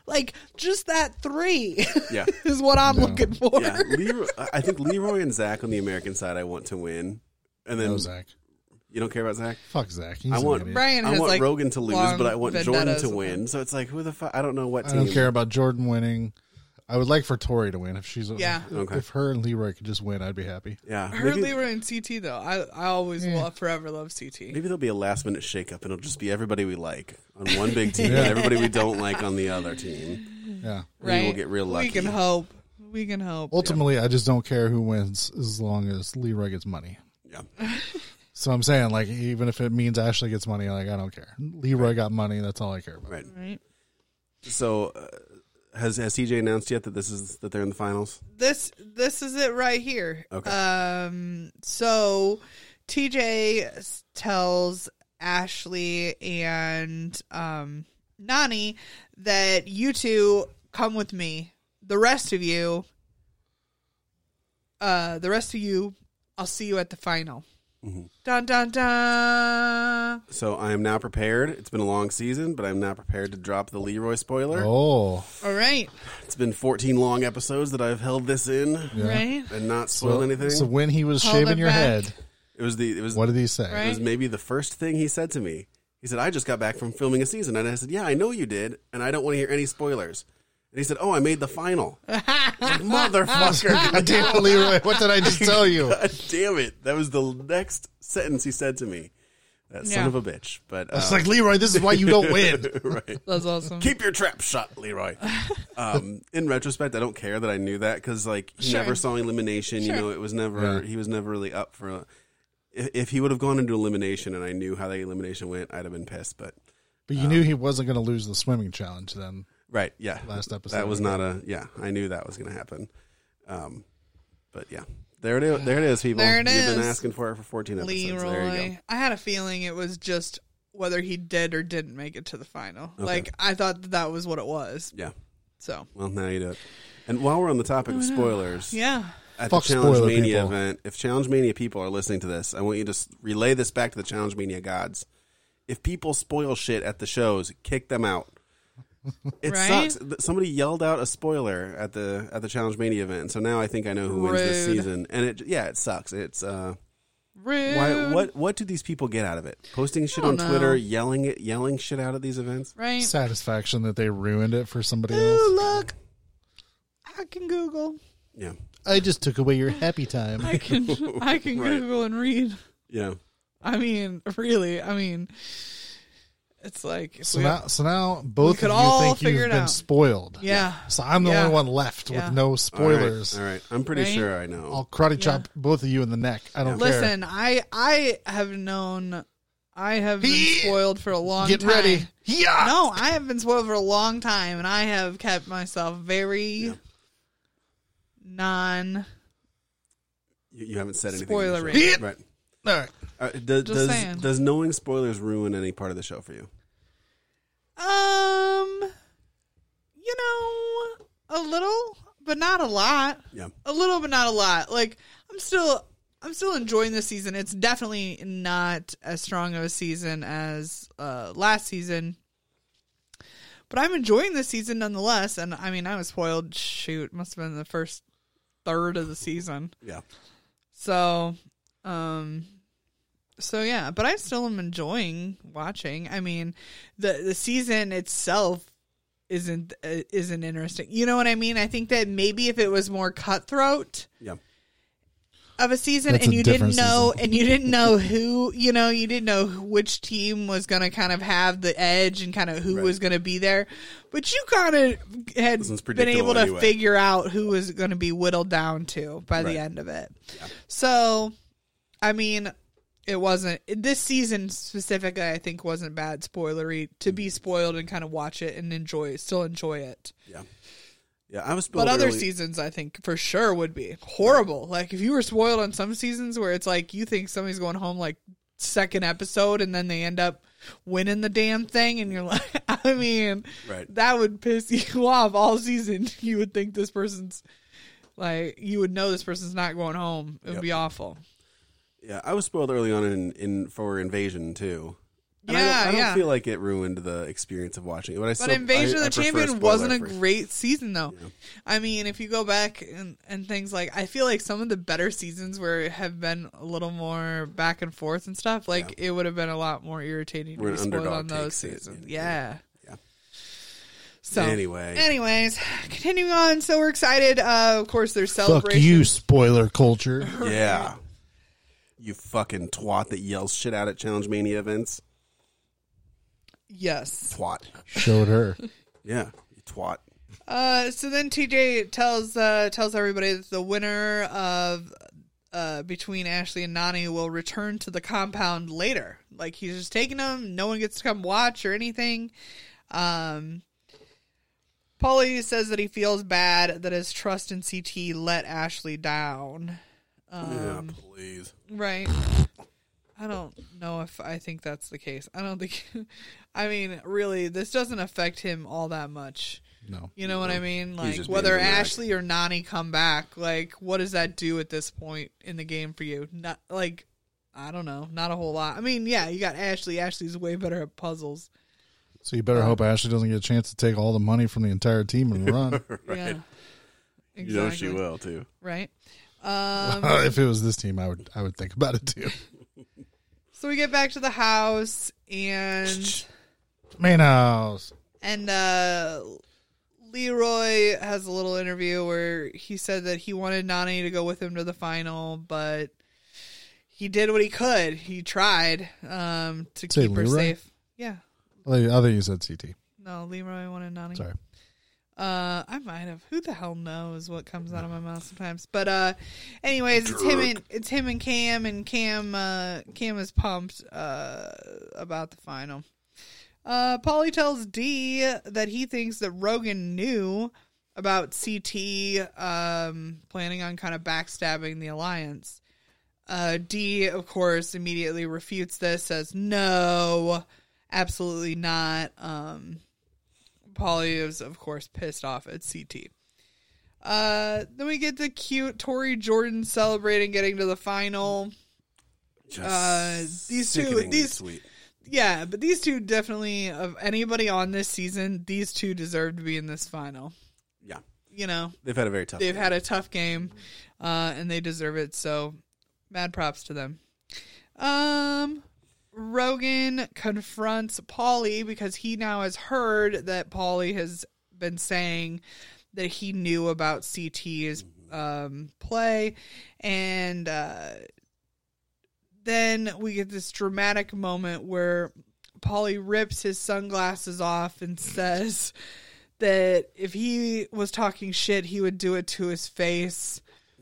[SPEAKER 3] Like just that three
[SPEAKER 4] Yeah.
[SPEAKER 3] is what I'm looking for.
[SPEAKER 4] Yeah, Leroy, I think Leroy and Zach on the American side, I want to win, and then
[SPEAKER 2] No, Zach.
[SPEAKER 4] you don't care about Zach.
[SPEAKER 2] Fuck Zach. He's
[SPEAKER 4] I want-
[SPEAKER 2] an idiot.
[SPEAKER 3] Brian
[SPEAKER 4] I
[SPEAKER 3] has
[SPEAKER 4] want
[SPEAKER 3] like
[SPEAKER 4] Rogan to lose,
[SPEAKER 3] long
[SPEAKER 4] but I want Jordan
[SPEAKER 3] vendettas
[SPEAKER 4] to
[SPEAKER 3] with
[SPEAKER 4] win.
[SPEAKER 3] him.
[SPEAKER 4] So it's like, who the fuck? I don't know what
[SPEAKER 2] I
[SPEAKER 4] team.
[SPEAKER 2] don't care about Jordan winning. I would like for Tori to win if she's
[SPEAKER 3] Yeah.
[SPEAKER 4] Okay.
[SPEAKER 2] If her and Leroy could just win, I'd be happy.
[SPEAKER 4] Yeah,
[SPEAKER 3] Her
[SPEAKER 4] maybe,
[SPEAKER 3] Leroy and CT though. I I always will forever love CT.
[SPEAKER 4] maybe there'll be a last minute shakeup, and it'll just be everybody we like on one big team, and everybody we don't like on the other team.
[SPEAKER 3] Mm-hmm.
[SPEAKER 2] Yeah.
[SPEAKER 4] Maybe
[SPEAKER 3] right?
[SPEAKER 4] we'll get real lucky.
[SPEAKER 3] We can hope. We can hope.
[SPEAKER 2] Ultimately, I just don't care who wins as long as Leroy gets money.
[SPEAKER 4] Yeah,
[SPEAKER 2] So I'm saying, like, even if it means Ashley gets money, like, I don't care. Leroy got money. That's all I care about.
[SPEAKER 4] right.
[SPEAKER 3] right?
[SPEAKER 4] So, uh, has has TJ announced yet that this is that they're in the finals?
[SPEAKER 3] This this is it right here.
[SPEAKER 4] Okay.
[SPEAKER 3] Um so TJ s- tells Ashley and um Nani that you two come with me. The rest of you uh the rest of you I'll see you at the final.
[SPEAKER 4] Mm-hmm.
[SPEAKER 3] Dun dun dun.
[SPEAKER 4] So I am now prepared. It's been a long season, but I'm now prepared to drop the Leroy spoiler.
[SPEAKER 2] Oh,
[SPEAKER 3] All right.
[SPEAKER 4] It's been 14 long episodes that I've held this in
[SPEAKER 3] Right.
[SPEAKER 4] and not spoiled anything.
[SPEAKER 2] So when he was
[SPEAKER 3] Hold
[SPEAKER 2] shaving
[SPEAKER 3] it
[SPEAKER 2] your
[SPEAKER 3] back.
[SPEAKER 2] head,
[SPEAKER 4] it was the it was
[SPEAKER 2] what did he say?
[SPEAKER 4] it
[SPEAKER 3] Right.
[SPEAKER 4] was maybe the first thing he said to me. He said, "I just got back from filming a season," and I said, "Yeah, I know you did, and I don't want to hear any spoilers." And he said, "Oh, I made the final, motherfucker!
[SPEAKER 2] God damn it, Leroy! What did I just tell you?
[SPEAKER 4] God damn it! That was the next sentence he said to me. That son
[SPEAKER 3] Yeah.
[SPEAKER 4] of a bitch!" But uh,
[SPEAKER 2] It's like Leroy. This is why you don't win.
[SPEAKER 4] right.
[SPEAKER 3] That's awesome.
[SPEAKER 4] Keep your trap shut, Leroy. Um, in retrospect, I don't care that I knew that because, like, he
[SPEAKER 3] Sure.
[SPEAKER 4] never saw elimination. You know, it was never he was never really up for. A, if, if he would have gone into elimination and I knew how the elimination went, I'd have been pissed. But
[SPEAKER 2] But you knew he wasn't going to lose the swimming challenge. Then
[SPEAKER 4] right, yeah,
[SPEAKER 2] Last episode.
[SPEAKER 4] that was not a yeah. I knew that was going to happen. Um, but yeah, there it is. There it is, people.
[SPEAKER 3] There it
[SPEAKER 4] You've been
[SPEAKER 3] is.
[SPEAKER 4] asking for it for fourteen episodes.
[SPEAKER 3] Leroy.
[SPEAKER 4] There you go.
[SPEAKER 3] I had a feeling it was just whether he did or didn't make it to the final. Like I thought that, that was what it was.
[SPEAKER 4] Yeah.
[SPEAKER 3] So
[SPEAKER 4] Well, now you do it. And while we're on the topic
[SPEAKER 3] Oh,
[SPEAKER 4] of spoilers,
[SPEAKER 3] yeah,
[SPEAKER 4] at
[SPEAKER 2] Fuck
[SPEAKER 4] the Challenge
[SPEAKER 2] spoiler
[SPEAKER 4] Mania
[SPEAKER 2] people.
[SPEAKER 4] event, if Challenge Mania people are listening to this, I want you to s- relay this back to the Challenge Mania gods. If people spoil shit at the shows, kick them out. It
[SPEAKER 3] Right?
[SPEAKER 4] sucks. Th- Somebody yelled out a spoiler at the at the Challenge Mania event, and so now I think I know who wins this
[SPEAKER 3] Rude.
[SPEAKER 4] season. And it yeah, it sucks. It's uh,
[SPEAKER 3] rude.
[SPEAKER 4] why what what do these people get out of it? Posting shit
[SPEAKER 3] I
[SPEAKER 4] on
[SPEAKER 3] don't know.
[SPEAKER 4] Twitter, yelling it, yelling shit out at these events.
[SPEAKER 3] Right?
[SPEAKER 2] satisfaction that they ruined it for somebody
[SPEAKER 3] Ooh,
[SPEAKER 2] else.
[SPEAKER 3] look, I can Google.
[SPEAKER 4] Yeah,
[SPEAKER 2] I just took away your happy time.
[SPEAKER 3] I can I can
[SPEAKER 4] Right.
[SPEAKER 3] Google and read.
[SPEAKER 4] yeah.
[SPEAKER 3] I mean, really. I mean, it's like if
[SPEAKER 2] So
[SPEAKER 3] we-
[SPEAKER 2] now, so now both
[SPEAKER 3] could
[SPEAKER 2] of you
[SPEAKER 3] all
[SPEAKER 2] think you've
[SPEAKER 3] figure
[SPEAKER 2] been
[SPEAKER 3] it out.
[SPEAKER 2] spoiled.
[SPEAKER 3] yeah.
[SPEAKER 2] So I'm the
[SPEAKER 3] Yeah.
[SPEAKER 2] only one left
[SPEAKER 3] Yeah.
[SPEAKER 2] with no
[SPEAKER 4] All right,
[SPEAKER 2] spoilers.
[SPEAKER 4] All right, I'm pretty
[SPEAKER 3] Right?
[SPEAKER 4] sure I know.
[SPEAKER 2] I'll karate chop both of you in the neck. I don't care.
[SPEAKER 3] Listen, I I have known. I have been spoiled for a long
[SPEAKER 2] Get
[SPEAKER 3] time.
[SPEAKER 2] ready. Yeah.
[SPEAKER 3] No, I have been spoiled for a long time, and I have kept myself very non.
[SPEAKER 4] you, you haven't said anything.
[SPEAKER 3] Spoiler
[SPEAKER 4] Sure.
[SPEAKER 3] rating.
[SPEAKER 4] Right.
[SPEAKER 2] All right.
[SPEAKER 4] Uh, does
[SPEAKER 3] Just
[SPEAKER 4] does,
[SPEAKER 3] saying.
[SPEAKER 4] does knowing spoilers ruin any part of the show for you?
[SPEAKER 3] Um, you know, a little, but not a lot.
[SPEAKER 4] Yeah.
[SPEAKER 3] A little, but not a lot. Like I'm still, I'm still enjoying this season. It's definitely not as strong of a season as uh, last season. But I'm enjoying this season nonetheless, and I mean, I was spoiled. Shoot, must have been the first third of the season.
[SPEAKER 4] Yeah.
[SPEAKER 3] So, um, so yeah, but I still am enjoying watching. I mean, the the season itself isn't uh, isn't interesting. You know what I mean? I think that maybe if it was more cutthroat
[SPEAKER 4] Yeah.
[SPEAKER 3] of a season
[SPEAKER 2] That's
[SPEAKER 3] and
[SPEAKER 2] a
[SPEAKER 3] you didn't
[SPEAKER 2] different
[SPEAKER 3] know and you didn't know who, you know, you didn't know who- which team was going to kind of have the edge and kind of who
[SPEAKER 4] Right.
[SPEAKER 3] was going to be there. But you kind of had
[SPEAKER 4] This one's
[SPEAKER 3] been able
[SPEAKER 4] predictable
[SPEAKER 3] to
[SPEAKER 4] anyway.
[SPEAKER 3] figure out who was going to be whittled down to by
[SPEAKER 4] Right.
[SPEAKER 3] the end of it. So, I mean, it wasn't this season specifically. I think wasn't bad spoilery to
[SPEAKER 4] Mm-hmm.
[SPEAKER 3] be spoiled and kind of watch it and enjoy, it, still enjoy it.
[SPEAKER 4] Yeah. Yeah. I was spoiled.
[SPEAKER 3] But other
[SPEAKER 4] early.
[SPEAKER 3] seasons, I think for sure would be horrible. Like if you were spoiled on some seasons where it's like you think somebody's going home like second episode and then they end up winning the damn thing and you're like I mean
[SPEAKER 4] Right.
[SPEAKER 3] that would piss you off all season. You would think this person's like you would know this person's not going home. It would
[SPEAKER 4] Yep.
[SPEAKER 3] be awful.
[SPEAKER 4] Yeah. I was spoiled early on in, in for Invasion too. And I don't-
[SPEAKER 3] Yeah,
[SPEAKER 4] I don't,
[SPEAKER 3] yeah.
[SPEAKER 4] feel like it ruined the experience of watching it, but I still.
[SPEAKER 3] But Invasion
[SPEAKER 4] I-
[SPEAKER 3] of
[SPEAKER 4] I
[SPEAKER 3] the
[SPEAKER 4] prefer
[SPEAKER 3] Champion
[SPEAKER 4] spoiler
[SPEAKER 3] wasn't a
[SPEAKER 4] free.
[SPEAKER 3] great season though. I mean, if you go back and, and things like I feel like some of the better seasons where it have been a little more back and forth and stuff, like it would have been a lot more irritating
[SPEAKER 4] Where
[SPEAKER 3] to be
[SPEAKER 4] an
[SPEAKER 3] spoiled
[SPEAKER 4] underdog
[SPEAKER 3] on those
[SPEAKER 4] takes it,
[SPEAKER 3] seasons.
[SPEAKER 4] yeah.
[SPEAKER 3] Yeah.
[SPEAKER 4] Yeah.
[SPEAKER 3] So
[SPEAKER 4] Anyway.
[SPEAKER 3] Anyways, continuing on, so we're excited. Uh, of course there's
[SPEAKER 2] Fuck
[SPEAKER 3] celebration.
[SPEAKER 2] you, spoiler culture.
[SPEAKER 4] Yeah. You fucking twat that yells shit out at Challenge Mania events.
[SPEAKER 3] Yes.
[SPEAKER 4] Twat.
[SPEAKER 2] Showed her.
[SPEAKER 4] Yeah. You twat.
[SPEAKER 3] Uh, so then TJ tells uh, tells everybody that the winner of uh, between Ashley and Nani will return to the compound later. Like he's just taking them. No one gets to come watch or anything. Um, Polly says that he feels bad that his trust in CT let Ashley down. Um,
[SPEAKER 4] yeah, please.
[SPEAKER 3] Right. I don't know if I think that's the case. I don't think. I mean, really, this doesn't affect him all that much.
[SPEAKER 2] No.
[SPEAKER 3] You know what I mean? Like
[SPEAKER 4] just
[SPEAKER 3] whether
[SPEAKER 4] being dramatic.
[SPEAKER 3] Ashley or Nani come back, like what does that do at this point in the game for you? Not like I don't know, not a whole lot. I mean, yeah, you got Ashley. Ashley's way better at puzzles.
[SPEAKER 2] So you better hope Ashley doesn't get a chance to take all the money from the entire team and run.
[SPEAKER 3] Yeah. Exactly.
[SPEAKER 4] You know she will too.
[SPEAKER 3] Right. Um
[SPEAKER 2] Uh, if it was this team, I would I would think about it too.
[SPEAKER 3] so we get back to the house and
[SPEAKER 2] Main house.
[SPEAKER 3] and uh Leroy has a little interview where he said that he wanted Nani to go with him to the final, but he did what he could. He tried um, to
[SPEAKER 2] Say
[SPEAKER 3] keep her
[SPEAKER 2] Leroy?
[SPEAKER 3] safe. Yeah.
[SPEAKER 2] I thought you said CT.
[SPEAKER 3] No, Leroy wanted Nani.
[SPEAKER 2] Sorry.
[SPEAKER 3] Uh, I might have. Who the hell knows what comes out of my mouth sometimes? But uh, anyways, it's him and it's him and Cam, and Cam uh, Cam is pumped uh about the final. Uh, Polly tells D that he thinks that Rogan knew about CT um planning on kind of backstabbing the alliance. Uh, D, of course, immediately refutes this, says no, absolutely not. Um, Polly is, of course, pissed off at CT. Uh, then we get the cute Tori Jordan celebrating getting to the final.
[SPEAKER 4] Just
[SPEAKER 3] Uh, these two-
[SPEAKER 4] sickeningly
[SPEAKER 3] these-
[SPEAKER 4] sweet.
[SPEAKER 3] Yeah, but these two definitely, of anybody on this season, these two deserve to be in this final.
[SPEAKER 4] Yeah.
[SPEAKER 3] You know,
[SPEAKER 4] They've had a very tough
[SPEAKER 3] they've had a tough game, uh, and they deserve it. So, mad props to them. Um, Rogan confronts Paulie because he now has heard that Paulie has been saying that he knew about CT's um, play, and uh, then we get this dramatic moment where Paulie rips his sunglasses off and says that if he was talking shit, he would do it to his face.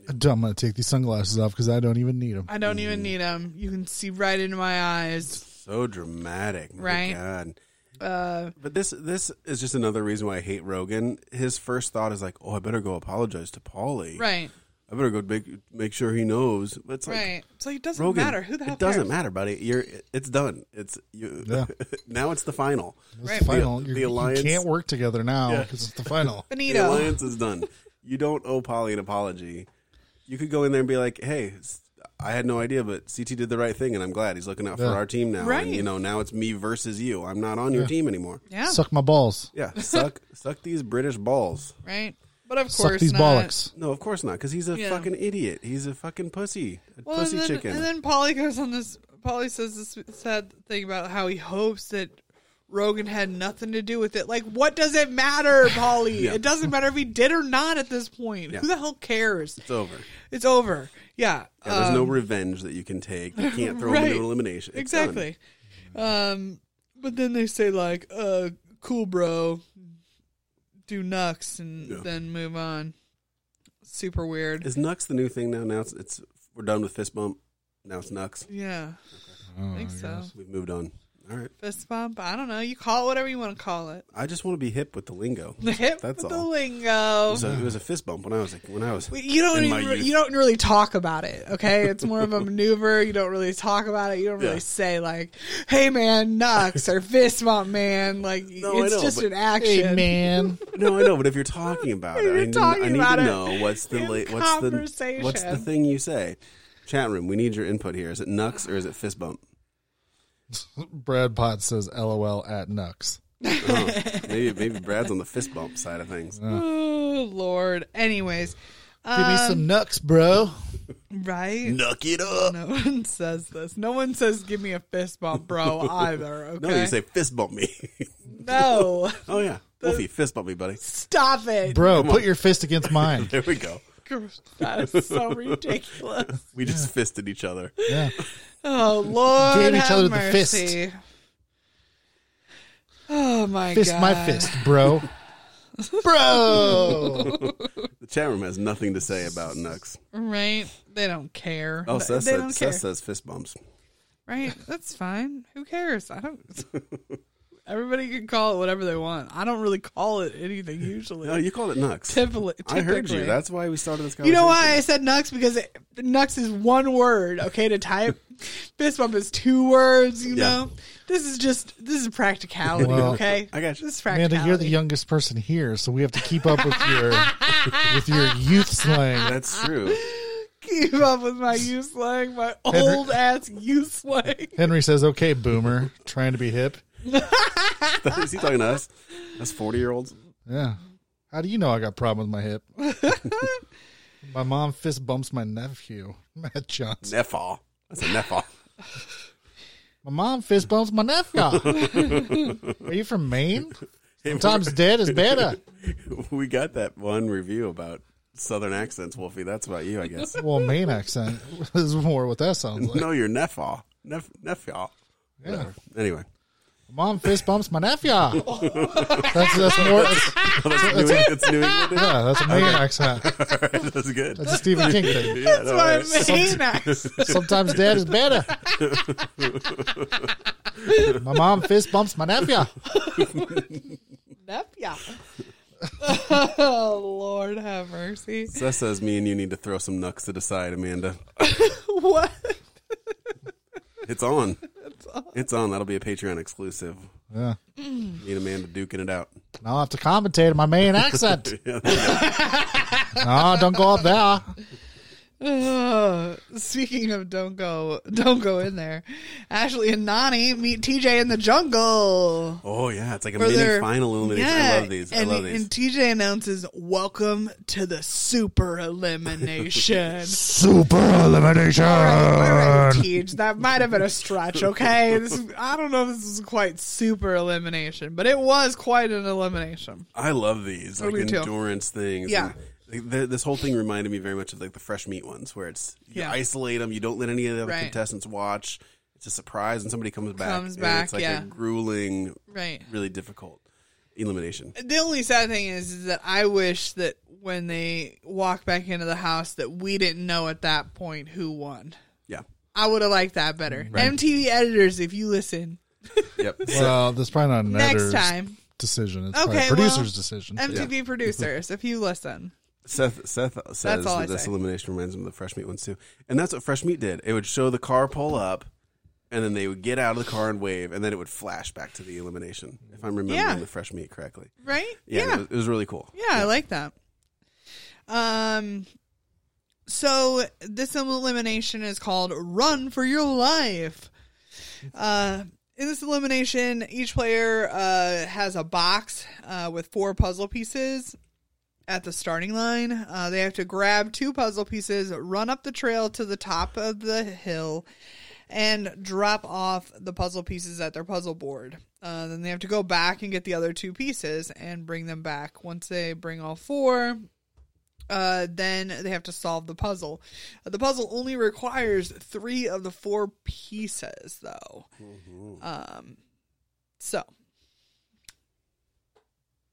[SPEAKER 2] I'm gonna take these sunglasses off because I don't even need them.
[SPEAKER 3] I don't
[SPEAKER 4] Mm.
[SPEAKER 3] even need him. You can see right into my eyes.
[SPEAKER 4] so dramatic. My
[SPEAKER 3] Right.
[SPEAKER 4] God.
[SPEAKER 3] Uh,
[SPEAKER 4] But this this is just another reason why I hate Rogan. His first thought is like, "Oh, I better go apologize to Paulie.
[SPEAKER 3] right,
[SPEAKER 4] I better go make make sure he knows." But it's like,
[SPEAKER 3] right. So it doesn't
[SPEAKER 4] Rogan,
[SPEAKER 3] matter who the hell
[SPEAKER 4] it doesn't
[SPEAKER 3] cares?
[SPEAKER 4] matter, buddy. You're it's done. It's you.
[SPEAKER 2] Yeah.
[SPEAKER 4] now it's the final.
[SPEAKER 2] It's
[SPEAKER 3] Right.
[SPEAKER 2] the final.
[SPEAKER 4] The-
[SPEAKER 2] You're-
[SPEAKER 4] the
[SPEAKER 2] you
[SPEAKER 4] alliance-
[SPEAKER 2] can't work together now because it's the final.
[SPEAKER 4] The
[SPEAKER 3] Benito.
[SPEAKER 4] alliance is done. You don't owe Polly an apology. You could go in there and be like, "Hey, s- I had no idea, but CT did the right thing, and I'm glad he's looking out for
[SPEAKER 2] Yeah.
[SPEAKER 4] our team now.
[SPEAKER 3] Right.
[SPEAKER 4] And, you know, now it's me versus you. I'm not on your team anymore.
[SPEAKER 3] Yeah,
[SPEAKER 2] Suck my balls.
[SPEAKER 4] Yeah, suck suck these British balls.
[SPEAKER 3] right. But of course,
[SPEAKER 2] Suck these
[SPEAKER 3] not.
[SPEAKER 2] bollocks.
[SPEAKER 4] No, of course not, because he's a
[SPEAKER 3] Yeah.
[SPEAKER 4] fucking idiot. He's a fucking pussy, a
[SPEAKER 3] Well,
[SPEAKER 4] pussy
[SPEAKER 3] and then,
[SPEAKER 4] chicken.
[SPEAKER 3] And then Polly goes on this. Polly says this sad thing about how he hopes that Rogan had nothing to do with it. Like, what does it matter, Polly?
[SPEAKER 4] Yeah.
[SPEAKER 3] It doesn't matter if he did or not at this point. Who the hell cares?
[SPEAKER 4] it's over.
[SPEAKER 3] It's over. Yeah.
[SPEAKER 4] Yeah, there's no revenge that you can take. You can't throw him
[SPEAKER 3] Um, right.
[SPEAKER 4] into elimination. It's done.
[SPEAKER 3] exactly. Um, but then they say like, "Uh, cool, bro, do nux and
[SPEAKER 4] Yeah.
[SPEAKER 3] then move on." Super weird.
[SPEAKER 4] Is Nux the new thing now? Now it's, it's we're done with fist bump. Now it's Nux.
[SPEAKER 3] yeah,
[SPEAKER 2] Oh,
[SPEAKER 3] I think
[SPEAKER 2] I
[SPEAKER 3] so.
[SPEAKER 2] guess.
[SPEAKER 4] We've moved on. All right.
[SPEAKER 3] Fist bump. I don't know. You call it whatever you want to call it.
[SPEAKER 4] I just want to be hip with the lingo.
[SPEAKER 3] The hip
[SPEAKER 4] That's
[SPEAKER 3] with the
[SPEAKER 4] all. It
[SPEAKER 3] lingo.
[SPEAKER 4] was, a, it was a fist bump when I was like when I was.
[SPEAKER 3] We- You don't
[SPEAKER 4] in my
[SPEAKER 3] even, re-
[SPEAKER 4] youth.
[SPEAKER 3] you don't really talk about it, okay? It's more of a maneuver. You don't really talk about it. You don't really
[SPEAKER 4] Yeah.
[SPEAKER 3] say like, "Hey man, Nux" or "Fist bump man." Like
[SPEAKER 4] No, I
[SPEAKER 3] it's
[SPEAKER 4] know,
[SPEAKER 3] just
[SPEAKER 4] but-
[SPEAKER 3] an action.
[SPEAKER 2] Hey man,
[SPEAKER 4] No, I know, but if you're talking about it,
[SPEAKER 3] You're
[SPEAKER 4] I need,
[SPEAKER 3] talking
[SPEAKER 4] I need
[SPEAKER 3] about
[SPEAKER 4] to
[SPEAKER 3] it
[SPEAKER 4] know what's the
[SPEAKER 3] in
[SPEAKER 4] late what's the
[SPEAKER 3] conversation.
[SPEAKER 4] what's the thing you say. Chat room, we need your input here. Is it Nux or is it fist bump?
[SPEAKER 2] Brad Potts says LOL at Nux.
[SPEAKER 4] maybe maybe Brad's on the fist bump side of things.
[SPEAKER 3] Oh Lord. Anyways, um,
[SPEAKER 2] Give me some Nux, bro.
[SPEAKER 3] right?
[SPEAKER 1] Knock it up.
[SPEAKER 3] No one says this. No one says give me a fist bump, bro, either. Okay.
[SPEAKER 4] No, you say fist bump me.
[SPEAKER 3] No.
[SPEAKER 4] oh yeah, Wolfie, fist bump me, buddy.
[SPEAKER 3] Stop it.
[SPEAKER 2] Bro, put your fist against mine.
[SPEAKER 4] There we go.
[SPEAKER 3] That is so ridiculous.
[SPEAKER 4] We just fisted each other.
[SPEAKER 2] Yeah.
[SPEAKER 3] Oh Lord.
[SPEAKER 2] Gave each
[SPEAKER 3] have
[SPEAKER 2] other the
[SPEAKER 3] mercy.
[SPEAKER 2] fist.
[SPEAKER 3] Oh my
[SPEAKER 2] Fist
[SPEAKER 3] god.
[SPEAKER 2] my fist, bro. bro.
[SPEAKER 4] The chat room has nothing to say about Nux.
[SPEAKER 3] Right? They don't care.
[SPEAKER 4] Oh,
[SPEAKER 3] They-
[SPEAKER 4] Seth
[SPEAKER 3] they
[SPEAKER 4] said-
[SPEAKER 3] don't
[SPEAKER 4] Seth
[SPEAKER 3] care.
[SPEAKER 4] says fist bumps.
[SPEAKER 3] Right? That's fine. Who cares? I don't Everybody can call it whatever they want. I don't really call it anything usually.
[SPEAKER 4] No, you called it Nux.
[SPEAKER 3] Typically,
[SPEAKER 4] I heard you.
[SPEAKER 3] typically.
[SPEAKER 4] That's why we started this
[SPEAKER 3] You
[SPEAKER 4] conversation.
[SPEAKER 3] know why I said nux? Because it, nux is one word, okay, to type. Fist bump is two words, you
[SPEAKER 4] Yeah.
[SPEAKER 3] know? This is just, this is practicality,
[SPEAKER 2] Well,
[SPEAKER 3] okay?
[SPEAKER 4] I got you.
[SPEAKER 3] This is practicality.
[SPEAKER 2] Amanda, you're the youngest person here, so we have to keep up with your with your youth slang.
[SPEAKER 4] That's true.
[SPEAKER 3] Keep up with my youth slang, my
[SPEAKER 2] Henry-
[SPEAKER 3] old ass youth slang.
[SPEAKER 2] Henry says, "Okay, boomer, trying to be hip."
[SPEAKER 4] Is he talking to us? Us forty year olds.
[SPEAKER 2] Yeah. How do you know I got a problem with my hip? my mom fist bumps my nephew, Matt Johnson.
[SPEAKER 4] Nefal. That's a nefal.
[SPEAKER 2] My mom fist bumps my nephew. Are you from Maine? Sometimes dead is better.
[SPEAKER 4] We got that one review about southern accents, Wolfie. That's about you, I guess.
[SPEAKER 2] Well, Maine accent is more what that sounds like.
[SPEAKER 4] no, you're nefal. Nef nefal.
[SPEAKER 2] Yeah.
[SPEAKER 4] Anyway.
[SPEAKER 2] Mom fist bumps my nephew. that's that's more. That's,
[SPEAKER 4] That's New, that's New England.
[SPEAKER 2] yeah, that's a Maine accent.
[SPEAKER 4] All right, that's good.
[SPEAKER 2] That's a Stephen King thing.
[SPEAKER 4] Yeah,
[SPEAKER 3] That's
[SPEAKER 4] all
[SPEAKER 3] my
[SPEAKER 4] right.
[SPEAKER 3] main accent.
[SPEAKER 2] Sometimes dad is better. my mom fist bumps my nephew.
[SPEAKER 3] Yeah. oh, Lord have mercy.
[SPEAKER 4] That says me and you need to throw some nucks to the side, Amanda.
[SPEAKER 3] What?
[SPEAKER 4] It's on. It's on. That'll be a Patreon exclusive.
[SPEAKER 2] Yeah.
[SPEAKER 4] Me and Amanda duking it out.
[SPEAKER 2] And I'll have to commentate in my Maine accent.
[SPEAKER 4] Yeah, there you go.
[SPEAKER 2] No, don't go up there.
[SPEAKER 3] Ugh. speaking of don't go, don't go in there. Ashley and Nani meet TJ in the jungle.
[SPEAKER 4] oh yeah, it's like a
[SPEAKER 3] for
[SPEAKER 4] mini
[SPEAKER 3] their-
[SPEAKER 4] final elimination. I
[SPEAKER 3] Yeah,
[SPEAKER 4] love these.
[SPEAKER 3] And,
[SPEAKER 4] I love these.
[SPEAKER 3] and TJ announces, "Welcome to the super elimination."
[SPEAKER 2] Super elimination.
[SPEAKER 3] Alright, Teej, that might have been a stretch. Okay, this is, I don't know if this is quite super elimination, but it was quite an elimination.
[SPEAKER 4] I love these
[SPEAKER 3] Oh,
[SPEAKER 4] like
[SPEAKER 3] me too.
[SPEAKER 4] endurance things.
[SPEAKER 3] Yeah.
[SPEAKER 4] and th- this whole thing reminded me very much of like the fresh meat ones, where it's you
[SPEAKER 3] Yeah.
[SPEAKER 4] isolate them, you don't let any of the other
[SPEAKER 3] Right.
[SPEAKER 4] contestants watch. It's a surprise, and somebody comes back.
[SPEAKER 3] Comes
[SPEAKER 4] and
[SPEAKER 3] back,
[SPEAKER 4] It's like
[SPEAKER 3] yeah.
[SPEAKER 4] a grueling,
[SPEAKER 3] Right.
[SPEAKER 4] really difficult elimination.
[SPEAKER 3] The only sad thing is, is that I wish that when they walk back into the house, that we didn't know at that point who won.
[SPEAKER 4] Yeah.
[SPEAKER 3] I would have liked that better. MTV editors, if you listen,
[SPEAKER 4] Yep.
[SPEAKER 2] Well, that's probably not an
[SPEAKER 3] next
[SPEAKER 2] editor's
[SPEAKER 3] time
[SPEAKER 2] decision. It's
[SPEAKER 3] Okay,
[SPEAKER 2] probably a
[SPEAKER 3] well,
[SPEAKER 2] producer's decision.
[SPEAKER 3] MTV producers, if you listen,
[SPEAKER 4] Seth Seth says
[SPEAKER 3] all I
[SPEAKER 4] that this
[SPEAKER 3] say.
[SPEAKER 4] elimination reminds him of the fresh meat ones too, and that's what fresh meat did. It would show the car pull up, and then they would get out of the car and wave, and then it would flash back to the elimination. If I'm remembering
[SPEAKER 3] Yeah.
[SPEAKER 4] the fresh meat correctly,
[SPEAKER 3] right?
[SPEAKER 4] yeah, and It, was, it was really cool.
[SPEAKER 3] Yeah, I like that. Um, so this elimination is called "Run for Your Life." Uh, in this elimination, each player uh, has a box uh, with four puzzle pieces at the starting line. Uh, they have to grab two puzzle pieces, run up the trail to the top of the hill, and drop off the puzzle pieces at their puzzle board. Uh, then they have to go back and get the other two pieces and bring them back. Once they bring all four, uh, then they have to solve the puzzle. Uh, The puzzle only requires three of the four pieces, though.
[SPEAKER 4] Mm-hmm.
[SPEAKER 3] Um, so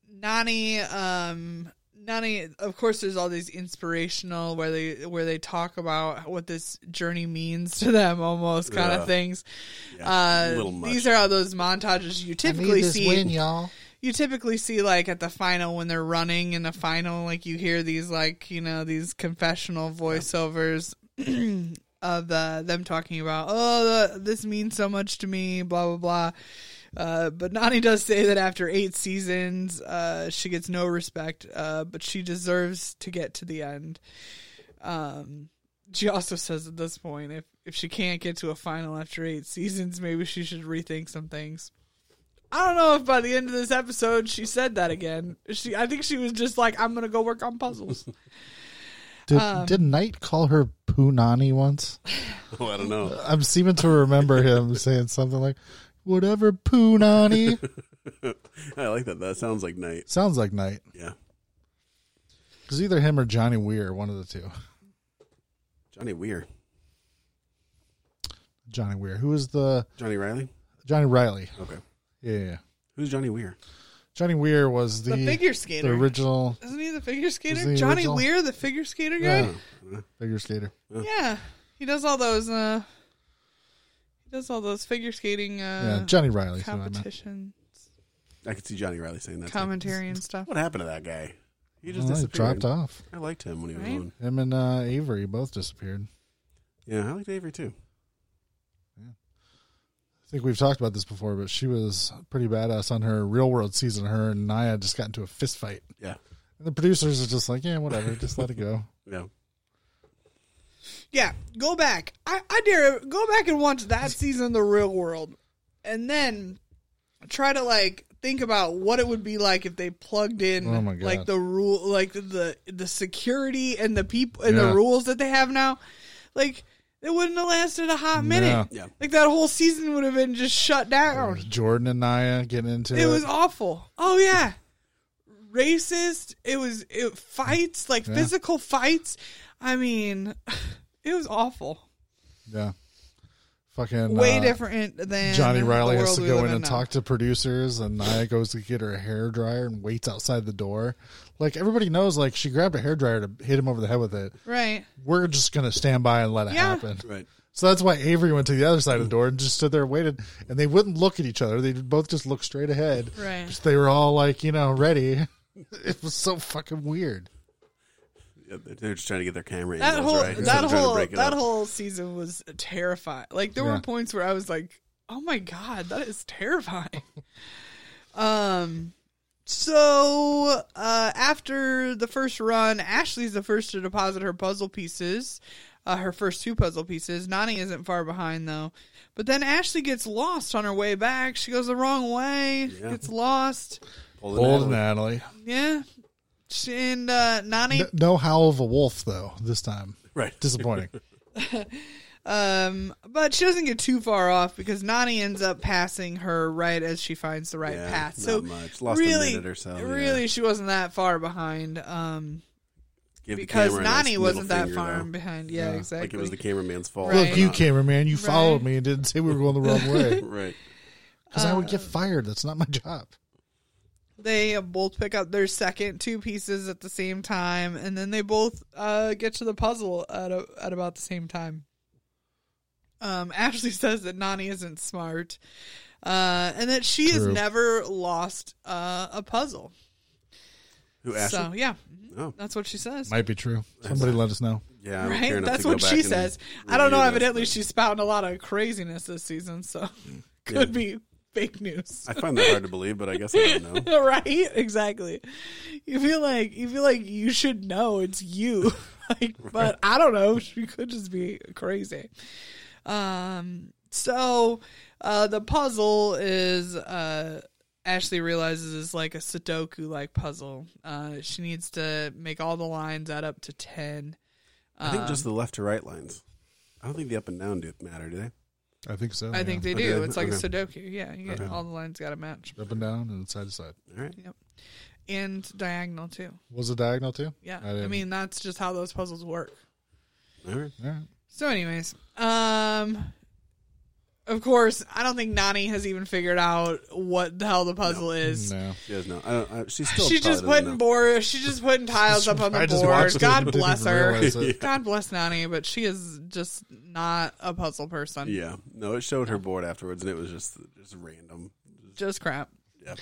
[SPEAKER 3] Nani, um, Nani. Of course, there's all these inspirational where they where they talk about what this journey means to them, almost kind
[SPEAKER 4] Yeah.
[SPEAKER 3] of things.
[SPEAKER 4] Yeah, a little
[SPEAKER 3] uh,
[SPEAKER 4] much.
[SPEAKER 3] these are all those montages you
[SPEAKER 2] I
[SPEAKER 3] typically see
[SPEAKER 2] y'all.
[SPEAKER 3] you typically see like at the final when they're running in the final like you hear these like you know these confessional voiceovers of the them talking about oh the, this means so much to me blah blah blah uh, but Nani does say that after eight seasons, uh, she gets no respect, uh, but she deserves to get to the end She also says at this point, if if she can't get to a final after eight seasons, maybe she should rethink some things. I don't know if by the end of this episode she said that again. She, I think she was just like, "I'm gonna go work on puzzles."
[SPEAKER 2] Did,
[SPEAKER 3] Um,
[SPEAKER 2] did Knight call her Poonani once?
[SPEAKER 4] Oh, I don't know.
[SPEAKER 2] I'm seeming to remember him saying something like, whatever, Poonani.
[SPEAKER 4] I like that. That sounds like night.
[SPEAKER 2] Sounds like Knight.
[SPEAKER 4] Yeah.
[SPEAKER 2] It was either him or Johnny Weir, one of the two.
[SPEAKER 4] Johnny Weir.
[SPEAKER 2] Johnny Weir. Who was the
[SPEAKER 4] Johnny Riley?
[SPEAKER 2] Johnny Riley?
[SPEAKER 4] Okay.
[SPEAKER 2] Yeah, yeah, yeah.
[SPEAKER 4] Who's Johnny Weir?
[SPEAKER 2] Johnny Weir was the,
[SPEAKER 3] The figure
[SPEAKER 2] the
[SPEAKER 3] skater,
[SPEAKER 2] original
[SPEAKER 3] isn't he the figure skater?
[SPEAKER 2] the
[SPEAKER 3] Johnny
[SPEAKER 2] original-
[SPEAKER 3] Weir, the figure skater guy.
[SPEAKER 2] yeah, figure skater.
[SPEAKER 3] Yeah, he does all those. uh He does all those figure skating
[SPEAKER 2] Yeah,
[SPEAKER 3] uh
[SPEAKER 2] Johnny Riley. I meant.
[SPEAKER 3] competition
[SPEAKER 4] I could see Johnny Riley saying that. too.
[SPEAKER 3] commentary and stuff.
[SPEAKER 4] What happened to that guy? He just
[SPEAKER 2] Well, he
[SPEAKER 4] disappeared.
[SPEAKER 2] dropped off.
[SPEAKER 4] I liked him when he was
[SPEAKER 3] Right?
[SPEAKER 4] on.
[SPEAKER 2] Him and uh, Avery both disappeared.
[SPEAKER 4] Yeah, I liked Avery too.
[SPEAKER 2] I think we've talked about this before, but she was pretty badass on her real world season. Her and Naya just got into a fist fight.
[SPEAKER 4] Yeah.
[SPEAKER 2] And the producers are just like, yeah, whatever, just let it go.
[SPEAKER 4] Yeah.
[SPEAKER 3] Yeah, go back. I, I dare go back and watch that season of The Real World, and then try to like think about what it would be like if they plugged in
[SPEAKER 2] Oh my God.
[SPEAKER 3] like the rule, like the the security and the people and
[SPEAKER 2] Yeah.
[SPEAKER 3] the rules that they have now. Like it wouldn't have lasted a hot minute.
[SPEAKER 4] Yeah.
[SPEAKER 3] Like that whole season would have been just shut
[SPEAKER 2] Oh,
[SPEAKER 3] down.
[SPEAKER 2] Jordan and Naya getting into it.
[SPEAKER 3] It was awful. Oh yeah, racist. It was it fights like
[SPEAKER 2] Yeah.
[SPEAKER 3] physical fights. I mean, it was awful.
[SPEAKER 2] yeah. Fucking
[SPEAKER 3] Way
[SPEAKER 2] uh,
[SPEAKER 3] different than
[SPEAKER 2] Johnny Riley
[SPEAKER 3] the
[SPEAKER 2] has
[SPEAKER 3] world
[SPEAKER 2] to
[SPEAKER 3] we
[SPEAKER 2] go
[SPEAKER 3] live
[SPEAKER 2] in and
[SPEAKER 3] now.
[SPEAKER 2] talk to producers, and Naya goes to get her hair dryer and waits outside the door. Like everybody knows, like she grabbed a hair dryer to hit him over the head with it.
[SPEAKER 3] Right.
[SPEAKER 2] We're just gonna stand by and let it
[SPEAKER 3] Yeah.
[SPEAKER 2] happen.
[SPEAKER 4] Right.
[SPEAKER 2] So that's why Avery went to the other side of the door and just stood there and waited. And they wouldn't look at each other; they both just looked straight ahead.
[SPEAKER 3] Right.
[SPEAKER 2] Just they were all like, you know, ready. It was so fucking weird.
[SPEAKER 4] Yeah, they're- they're just trying to get their camera
[SPEAKER 3] That
[SPEAKER 4] angles
[SPEAKER 3] whole
[SPEAKER 4] right. Instead
[SPEAKER 3] that
[SPEAKER 4] of trying to
[SPEAKER 3] whole
[SPEAKER 4] break it
[SPEAKER 3] that
[SPEAKER 4] up.
[SPEAKER 3] whole season was terrifying. Like there
[SPEAKER 2] Yeah.
[SPEAKER 3] were points where I was like, "Oh my god, that is terrifying." um so uh after the first run, Ashley's the first to deposit her puzzle pieces. Uh, her first two puzzle pieces. Nani isn't far behind though. But then Ashley gets lost on her way back. She goes the wrong way,
[SPEAKER 4] Yeah.
[SPEAKER 3] gets lost.
[SPEAKER 4] Pull the
[SPEAKER 2] Old
[SPEAKER 4] nail.
[SPEAKER 2] Natalie.
[SPEAKER 3] Yeah. She- And uh, Nani
[SPEAKER 2] No, no howl of a wolf though this time.
[SPEAKER 4] Right.
[SPEAKER 2] Disappointing.
[SPEAKER 3] Um, but she doesn't get too far off because Nani ends up passing her right as she finds the right
[SPEAKER 4] Yeah,
[SPEAKER 3] path.
[SPEAKER 4] not
[SPEAKER 3] So
[SPEAKER 4] much. Lost a
[SPEAKER 3] really,
[SPEAKER 4] minute or so, yeah.
[SPEAKER 3] really, she wasn't that far behind. Um,
[SPEAKER 4] Give the
[SPEAKER 3] because
[SPEAKER 4] camera a nice
[SPEAKER 3] Nani
[SPEAKER 4] middle
[SPEAKER 3] wasn't that
[SPEAKER 4] finger,
[SPEAKER 3] far
[SPEAKER 4] though.
[SPEAKER 3] behind. Yeah, exactly.
[SPEAKER 4] Like it was the cameraman's fault.
[SPEAKER 3] Right.
[SPEAKER 2] Look, you
[SPEAKER 4] Not-
[SPEAKER 2] cameraman, you
[SPEAKER 3] Right.
[SPEAKER 2] followed me and didn't say we were going the wrong way
[SPEAKER 4] Right.
[SPEAKER 2] because
[SPEAKER 3] Uh,
[SPEAKER 2] I would get fired. That's not my job.
[SPEAKER 3] they both pick up their second two pieces at the same time, and then they both uh, get to the puzzle at a, at about the same time. Um, Ashley says that Nani isn't smart, uh, and that she has
[SPEAKER 2] True.
[SPEAKER 3] never lost uh, a puzzle.
[SPEAKER 4] Who asked?
[SPEAKER 3] So yeah,
[SPEAKER 4] Oh,
[SPEAKER 3] that's what she says.
[SPEAKER 2] Might be true. Somebody let us know.
[SPEAKER 4] yeah. I don't care
[SPEAKER 3] Right?
[SPEAKER 4] enough
[SPEAKER 3] That's
[SPEAKER 4] to
[SPEAKER 3] what
[SPEAKER 4] go back
[SPEAKER 3] she
[SPEAKER 4] and
[SPEAKER 3] says. I don't know.
[SPEAKER 4] review
[SPEAKER 3] Evidently,
[SPEAKER 4] this,
[SPEAKER 3] she's spouting a lot of craziness this season, so could be fake news.
[SPEAKER 4] but Mm. I find that hard to believe, but I guess I don't know.
[SPEAKER 3] right? Exactly. You feel like you feel like you should know it's you. like, but I don't know. She could just be crazy. Um. So, uh, the puzzle is uh. Ashley realizes is like a Sudoku like puzzle. Uh, she needs to make all the lines add up to ten. Uh,
[SPEAKER 4] I think just the left to right lines. I don't think the up and down do matter, do they?
[SPEAKER 2] I think so.
[SPEAKER 3] I think they
[SPEAKER 4] Okay,
[SPEAKER 3] do. It's like a
[SPEAKER 4] okay.
[SPEAKER 3] Sudoku. Yeah, you get,
[SPEAKER 4] Okay.
[SPEAKER 3] all the lines got to match
[SPEAKER 2] up and down and side to side.
[SPEAKER 4] All right.
[SPEAKER 3] and diagonal too.
[SPEAKER 2] Was it diagonal too?
[SPEAKER 3] Yeah,
[SPEAKER 2] I
[SPEAKER 3] I,
[SPEAKER 2] didn't-
[SPEAKER 3] mean that's just how those puzzles work.
[SPEAKER 4] All right.
[SPEAKER 2] All right.
[SPEAKER 3] So, anyways, um, of course, I don't think Nani has even figured out what the hell the puzzle is.
[SPEAKER 2] No.
[SPEAKER 4] She does know. I don't, I, she's still.
[SPEAKER 3] She just
[SPEAKER 4] probably
[SPEAKER 3] putting
[SPEAKER 4] doesn't
[SPEAKER 3] board. She's just putting tiles up on the
[SPEAKER 2] I just
[SPEAKER 3] board.
[SPEAKER 2] watched it and
[SPEAKER 3] God
[SPEAKER 2] didn't
[SPEAKER 3] bless her.
[SPEAKER 2] realize it.
[SPEAKER 3] God bless Nani, but she is just not a puzzle person.
[SPEAKER 4] know. Yeah. No, it showed her board afterwards, and it was just just random.
[SPEAKER 3] Just crap.
[SPEAKER 4] Yeah.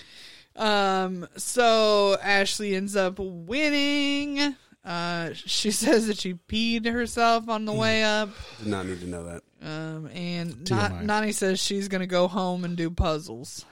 [SPEAKER 3] Um, so Ashley ends up winning. Uh, she says that she peed herself on the way up.
[SPEAKER 4] Did not need to know that.
[SPEAKER 3] Um, and
[SPEAKER 2] TMI.
[SPEAKER 3] Na- Nani says she's gonna go home and do puzzles.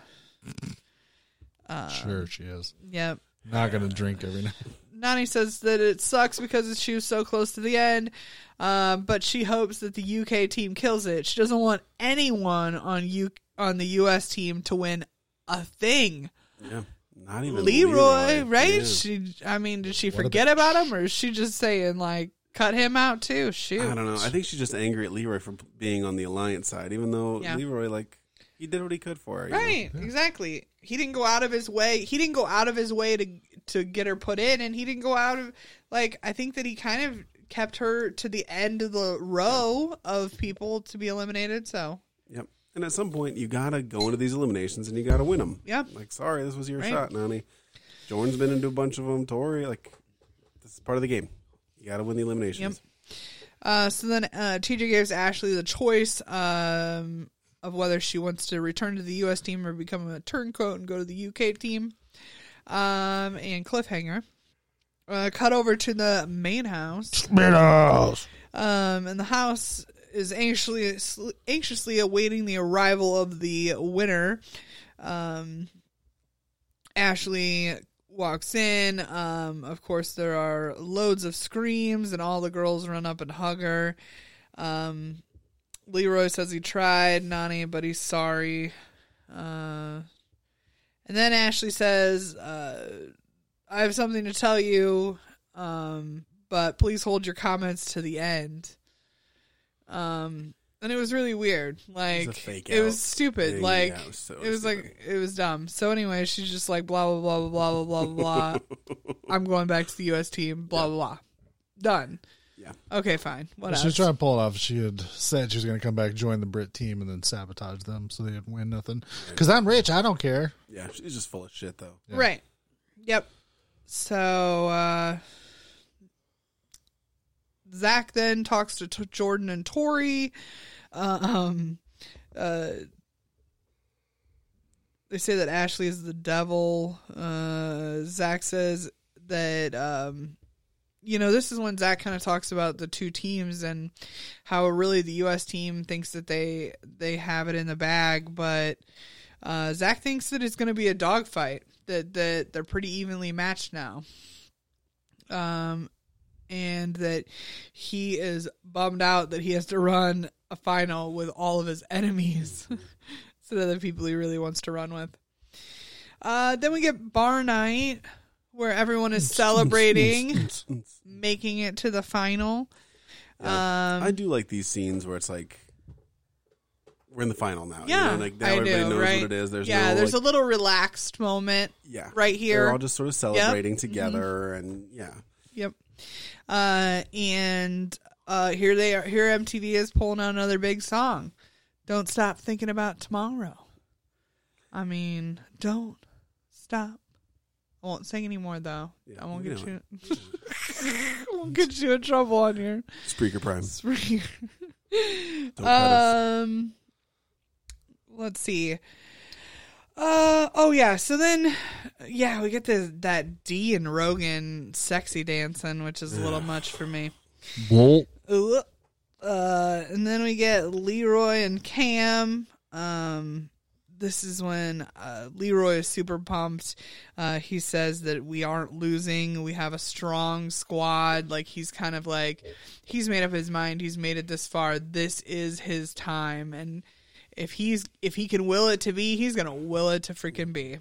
[SPEAKER 2] sure, she is.
[SPEAKER 3] Yep.
[SPEAKER 2] Not going to drink every night.
[SPEAKER 3] Nani says that it sucks because she was so close to the end, um, but she hopes that the UK team kills it. She doesn't want anyone on U- on the US team to win a thing.
[SPEAKER 4] Yeah. Not even
[SPEAKER 3] Leroy, right?
[SPEAKER 4] Yeah.
[SPEAKER 3] She, I mean, did she
[SPEAKER 2] What a
[SPEAKER 3] forget about him, or is she just saying like cut him out too? Shoot,
[SPEAKER 4] I don't know. I think she's just angry at Leroy for p- being on the alliance side, even though
[SPEAKER 3] Yeah.
[SPEAKER 4] Leroy, like, he did what he could for her. you know?
[SPEAKER 3] Right, exactly. He didn't go out of his way. He didn't go out of his way to to get her put in, and he didn't go out of like. I think that he kind of kept her to the end of the row of people to be eliminated. So
[SPEAKER 4] Yep. And at some point, you gotta go into these eliminations and you gotta win them.
[SPEAKER 3] Yep.
[SPEAKER 4] Like, sorry, this was your
[SPEAKER 3] Right.
[SPEAKER 4] shot, Nani. Jordan's been into a bunch of them. Tori, like, this is part of the game. You gotta win the eliminations.
[SPEAKER 3] Uh, so then uh, TJ gives Ashley the choice um, of whether she wants to return to the U.S. team or become a turncoat and go to the U.K. team. Um, and cliffhanger. Uh, cut over to the main house. Main house. Um, and the house is anxiously anxiously awaiting the arrival of the winner. Um, Ashley walks in. Um, of course, there are loads of screams, and all the girls run up and hug her. Um, Leroy says he tried Nani, but he's sorry. Uh, and then Ashley says, uh, "I have something to tell you, um, but please hold your comments to the end." Um, and it was really weird. Like
[SPEAKER 4] fake
[SPEAKER 3] it was
[SPEAKER 4] out
[SPEAKER 3] stupid.
[SPEAKER 4] thing.
[SPEAKER 3] Like
[SPEAKER 4] Yeah, it was so
[SPEAKER 3] it was like it was dumb. So anyway, she's just like blah blah blah blah blah blah blah. I'm going back to the U.S. team. Blah blah blah. Done.
[SPEAKER 4] Yeah.
[SPEAKER 3] Okay, fine. What
[SPEAKER 2] She
[SPEAKER 3] else?
[SPEAKER 2] was trying to pull it off. She had said she was going to come back, join the Brit team, and then sabotage them so they'd win nothing. Because I'm rich, I don't care.
[SPEAKER 4] Yeah, she's just full of shit, though.
[SPEAKER 3] Right. Yep. So uh, Zach then talks to t- Jordan and Tori. Uh, um, uh, they say that Ashley is the devil. Uh, Zach says that um, you know this is when Zach kind of talks about the two teams and how really the U.S. team thinks that they they have it in the bag, but uh, Zach thinks that it's going to be a dogfight. That that they're pretty evenly matched now, um, and that he is bummed out that he has to run a final with all of his enemies instead of the people he really wants to run with. Uh, then we get bar night where everyone is celebrating making it to the final. Um,
[SPEAKER 4] I do like these scenes where it's like, we're in the final now.
[SPEAKER 3] yeah,
[SPEAKER 4] You know? Like, now
[SPEAKER 3] I
[SPEAKER 4] everybody
[SPEAKER 3] do,
[SPEAKER 4] knows
[SPEAKER 3] right?
[SPEAKER 4] what it is. There's
[SPEAKER 3] yeah,
[SPEAKER 4] no,
[SPEAKER 3] there's
[SPEAKER 4] like,
[SPEAKER 3] a little relaxed moment
[SPEAKER 4] yeah.
[SPEAKER 3] right
[SPEAKER 4] They're
[SPEAKER 3] here. Mm-hmm.
[SPEAKER 4] all just sort of celebrating together, and yeah.
[SPEAKER 3] Yep. Uh, and uh, here they are. Here MTV is pulling out another big song. Don't stop thinking about tomorrow. I mean, don't stop. I won't sing anymore though.
[SPEAKER 4] Yeah,
[SPEAKER 3] I won't
[SPEAKER 4] you
[SPEAKER 3] get
[SPEAKER 4] know
[SPEAKER 3] you. I won't get you in trouble on here.
[SPEAKER 4] Spreaker Prime. Don't cut us.
[SPEAKER 3] um, let's see. Uh oh yeah. So then, yeah, we get the that D and Rogan sexy dancing, which is a little much for me. Ugh. Uh, and then we get Leroy and Cam. Um, this is when uh, Leroy is super pumped. Uh, he says that we aren't losing. We have a strong squad. Like he's kind of like he's made up his mind. He's made it this far. This is his time, and if he's if he can will it to be, he's gonna will it to freaking be.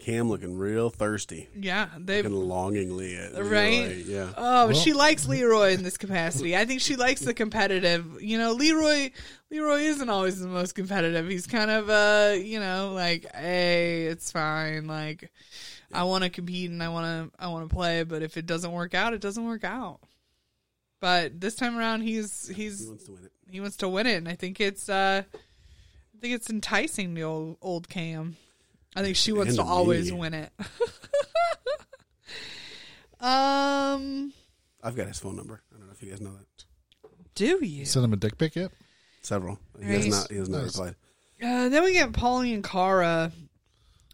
[SPEAKER 4] Cam looking real thirsty.
[SPEAKER 3] Yeah, they
[SPEAKER 4] Looking longingly at Leroy.
[SPEAKER 3] Right?
[SPEAKER 4] Yeah.
[SPEAKER 3] Oh, but she likes Leroy in this capacity. I think she likes the competitive. You know, Leroy Leroy isn't always the most competitive. He's kind of uh, you know, like, hey, it's fine. Like I want to compete and I want to I want to play, but if it doesn't work out, it doesn't work out. But this time around, he's
[SPEAKER 4] He
[SPEAKER 3] he's
[SPEAKER 4] wants to win it.
[SPEAKER 3] he wants to win it, and I think it's uh, I think it's enticing the old old Cam. I think she wants
[SPEAKER 4] And
[SPEAKER 3] to
[SPEAKER 4] me.
[SPEAKER 3] always win it. um,
[SPEAKER 4] I've got his phone number. I don't know if you guys know that.
[SPEAKER 3] do you?
[SPEAKER 2] Send him a dick pic yet?
[SPEAKER 4] Several. He has
[SPEAKER 3] Nice.
[SPEAKER 4] not. He has not
[SPEAKER 2] Nice.
[SPEAKER 4] replied.
[SPEAKER 3] Uh, then we get Polly and Cara.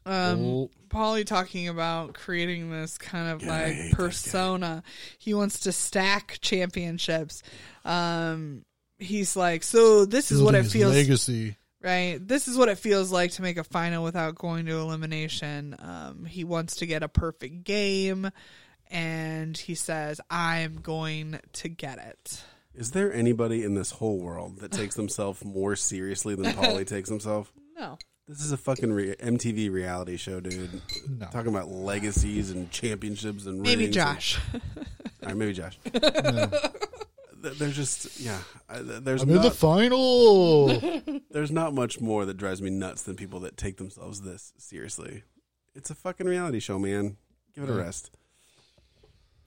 [SPEAKER 3] Um,
[SPEAKER 2] Oh.
[SPEAKER 3] Polly talking about creating this kind of
[SPEAKER 4] Yeah, I hate
[SPEAKER 3] like
[SPEAKER 4] this guy.
[SPEAKER 3] persona. He wants to stack championships. Um, he's like, so this is what
[SPEAKER 2] Building
[SPEAKER 3] it
[SPEAKER 2] his
[SPEAKER 3] feels.
[SPEAKER 2] Legacy.
[SPEAKER 3] right? This is what it feels like to make a final without going to elimination. Um, he wants to get a perfect game, and he says, "I'm going to get it."
[SPEAKER 4] Is there anybody in this whole world that takes themselves more seriously than Polly takes himself?
[SPEAKER 3] No,
[SPEAKER 4] This is a fucking re- MTV reality show, dude.
[SPEAKER 2] No.
[SPEAKER 4] Talking about legacies and championships and rings
[SPEAKER 3] maybe
[SPEAKER 4] and-
[SPEAKER 3] Josh.
[SPEAKER 4] All right, maybe Josh. Th- There's just yeah. I, th- there's
[SPEAKER 2] I'm in the
[SPEAKER 4] not,
[SPEAKER 2] final.
[SPEAKER 4] there's not much more that drives me nuts than people that take themselves this seriously. It's a fucking reality show, man. Give it a
[SPEAKER 2] Yeah.
[SPEAKER 4] rest.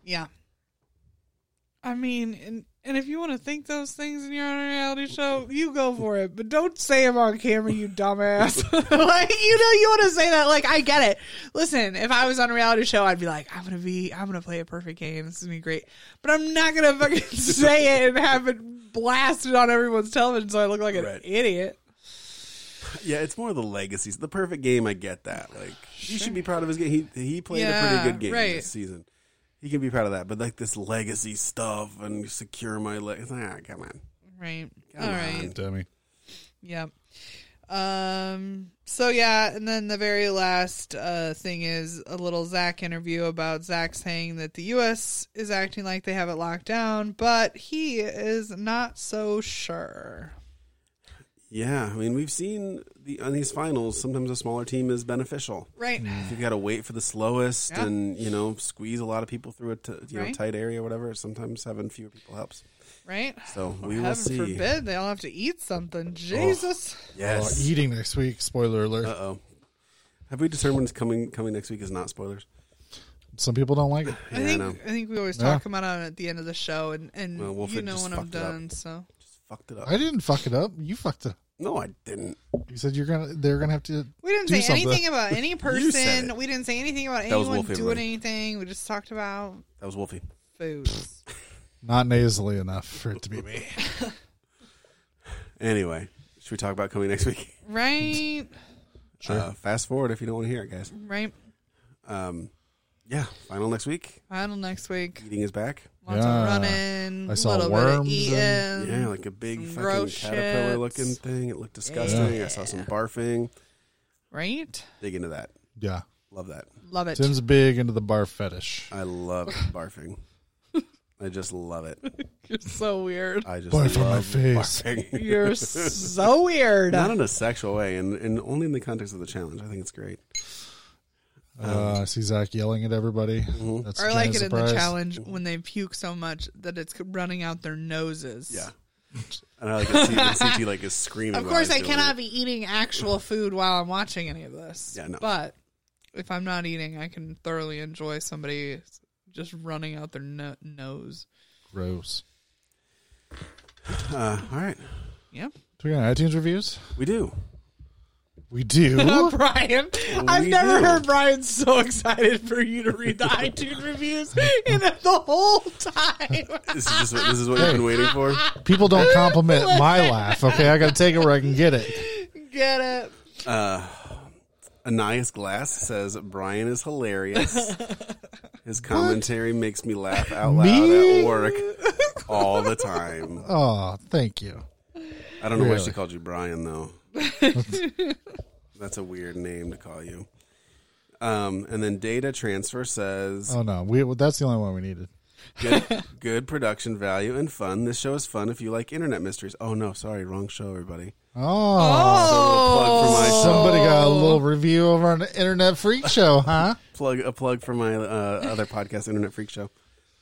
[SPEAKER 3] yeah, I mean, and and if you want to think those things and you're on a reality show, you go for it, but don't say them on camera, you dumbass. like you know, you want to say that. Like I get it. Listen, if I was on a reality show, I'd be like, I'm gonna be, I'm gonna play a perfect game. This is gonna be great, but I'm not gonna fucking say it and have it blasted on everyone's television, so I look like an
[SPEAKER 4] Right.
[SPEAKER 3] idiot.
[SPEAKER 4] Yeah, it's more the legacies. The perfect game, I get that. Like he should be proud of his game. He he played a
[SPEAKER 3] Yeah,
[SPEAKER 4] pretty good game
[SPEAKER 3] right.
[SPEAKER 4] this season. He can be proud of that. But like this legacy stuff and secure my leg. Ah, come on.
[SPEAKER 3] Right.
[SPEAKER 4] Come
[SPEAKER 3] All
[SPEAKER 4] on.
[SPEAKER 3] right.
[SPEAKER 2] Dummy.
[SPEAKER 3] Yep. Um. So yeah, and then the very last uh, thing is a little Zach interview about Zach saying that the U.S. is acting like they have it locked down, but he is not so sure.
[SPEAKER 4] Yeah, I mean we've seen the on these finals. Sometimes a smaller team is beneficial.
[SPEAKER 3] Right.
[SPEAKER 4] If you've got to wait for the slowest
[SPEAKER 3] Yeah.
[SPEAKER 4] and you know squeeze a lot of people through a t- you know
[SPEAKER 3] Right.
[SPEAKER 4] tight area or whatever, sometimes having fewer people helps.
[SPEAKER 3] Right.
[SPEAKER 4] So we will
[SPEAKER 3] Heaven
[SPEAKER 4] see.
[SPEAKER 3] forbid they all have to eat something. Jesus.
[SPEAKER 2] Oh,
[SPEAKER 4] Yes.
[SPEAKER 2] eating next week. Spoiler alert.
[SPEAKER 4] Uh oh. Have we determined it's coming coming next week is not spoilers?
[SPEAKER 2] Some people don't like it.
[SPEAKER 4] Yeah,
[SPEAKER 3] I
[SPEAKER 4] I
[SPEAKER 3] think
[SPEAKER 4] know.
[SPEAKER 3] I, think we always
[SPEAKER 2] Yeah.
[SPEAKER 3] talk about it at the end of the show, and and
[SPEAKER 4] Well, Wolf
[SPEAKER 3] you
[SPEAKER 4] had
[SPEAKER 3] know
[SPEAKER 4] just
[SPEAKER 3] when I'm
[SPEAKER 4] fucked it up.
[SPEAKER 3] done. So
[SPEAKER 4] Just fucked it up.
[SPEAKER 2] I didn't fuck it up. You fucked it.
[SPEAKER 4] no, I didn't.
[SPEAKER 2] You said you're gonna. They're gonna have to.
[SPEAKER 3] we didn't
[SPEAKER 2] do
[SPEAKER 3] say
[SPEAKER 2] something.
[SPEAKER 3] anything about any person.
[SPEAKER 4] it.
[SPEAKER 3] We didn't say anything about
[SPEAKER 4] That was
[SPEAKER 3] anyone
[SPEAKER 4] Wolfie,
[SPEAKER 3] doing
[SPEAKER 4] everybody.
[SPEAKER 3] anything. We just talked about
[SPEAKER 4] That was Wolfie.
[SPEAKER 3] foods.
[SPEAKER 2] Not nasally enough for it to be me.
[SPEAKER 4] Anyway, should we talk about coming next week?
[SPEAKER 3] Right,
[SPEAKER 2] Sure.
[SPEAKER 4] Uh, fast forward if you don't want to hear it, guys.
[SPEAKER 3] right.
[SPEAKER 4] Um, yeah, final next week.
[SPEAKER 3] Final next week.
[SPEAKER 4] Eating is back.
[SPEAKER 3] Lots
[SPEAKER 2] Yeah.
[SPEAKER 3] of running.
[SPEAKER 2] I saw
[SPEAKER 3] little
[SPEAKER 2] worms
[SPEAKER 3] bit of eating.
[SPEAKER 2] and-
[SPEAKER 4] Yeah, like a big
[SPEAKER 3] Um, Some
[SPEAKER 4] fucking
[SPEAKER 3] gross
[SPEAKER 4] caterpillar
[SPEAKER 3] shits.
[SPEAKER 4] looking thing. It looked disgusting. I saw some barfing.
[SPEAKER 3] right.
[SPEAKER 4] Dig into that.
[SPEAKER 2] Yeah.
[SPEAKER 4] Love that.
[SPEAKER 3] Love it.
[SPEAKER 2] Tim's big into the bar fetish.
[SPEAKER 4] I love barfing. I just love it.
[SPEAKER 3] You're so weird.
[SPEAKER 4] I just
[SPEAKER 2] Barf on my
[SPEAKER 4] love
[SPEAKER 2] face.
[SPEAKER 4] barfing.
[SPEAKER 3] You're so weird.
[SPEAKER 4] Not in a sexual way, and, and only in the context of the challenge. I think it's great.
[SPEAKER 2] Uh, I see Zach yelling at everybody. That's
[SPEAKER 3] Or
[SPEAKER 2] a
[SPEAKER 3] like
[SPEAKER 2] giant
[SPEAKER 3] it in the
[SPEAKER 2] surprise.
[SPEAKER 3] challenge when they puke so much that it's running out their noses.
[SPEAKER 4] Yeah. And I like to see and CT like is screaming.
[SPEAKER 3] Of
[SPEAKER 4] while
[SPEAKER 3] course,
[SPEAKER 4] he's
[SPEAKER 3] I
[SPEAKER 4] doing
[SPEAKER 3] cannot
[SPEAKER 4] it.
[SPEAKER 3] be eating actual food while I'm watching any of this.
[SPEAKER 4] Yeah, no.
[SPEAKER 3] But if I'm not eating, I can thoroughly enjoy somebody just running out their no- nose.
[SPEAKER 2] Gross.
[SPEAKER 4] Uh, all right,
[SPEAKER 3] Yep.
[SPEAKER 2] Do we got iTunes reviews?
[SPEAKER 4] we do.
[SPEAKER 2] We do.
[SPEAKER 3] Uh, Brian. I've
[SPEAKER 4] We
[SPEAKER 3] never
[SPEAKER 4] do.
[SPEAKER 3] heard Brian so excited for you to read the iTunes reviews in the whole time.
[SPEAKER 4] This is just what, this is what you've been waiting for.
[SPEAKER 2] People don't compliment my laugh. Okay, I got to take it where I can get it.
[SPEAKER 3] Get it?
[SPEAKER 4] Anais Glass says Brian is hilarious. His commentary makes me laugh out loud
[SPEAKER 2] Me?
[SPEAKER 4] at work all the time.
[SPEAKER 2] Oh, thank you.
[SPEAKER 4] I don't know why
[SPEAKER 2] Really?
[SPEAKER 4] she called you Brian though. That's a weird name to call you. Um, and then data transfer says
[SPEAKER 2] Oh no, we that's the only one we needed.
[SPEAKER 4] good, good production value and fun. This show is fun if you like internet mysteries. Oh no, sorry, wrong show, everybody.
[SPEAKER 2] Oh,
[SPEAKER 4] So a little plug for
[SPEAKER 3] Oh.
[SPEAKER 4] my
[SPEAKER 2] somebody got a little review over on the Internet Freak Show, huh?
[SPEAKER 4] plug a plug for my uh, other podcast, Internet Freak Show.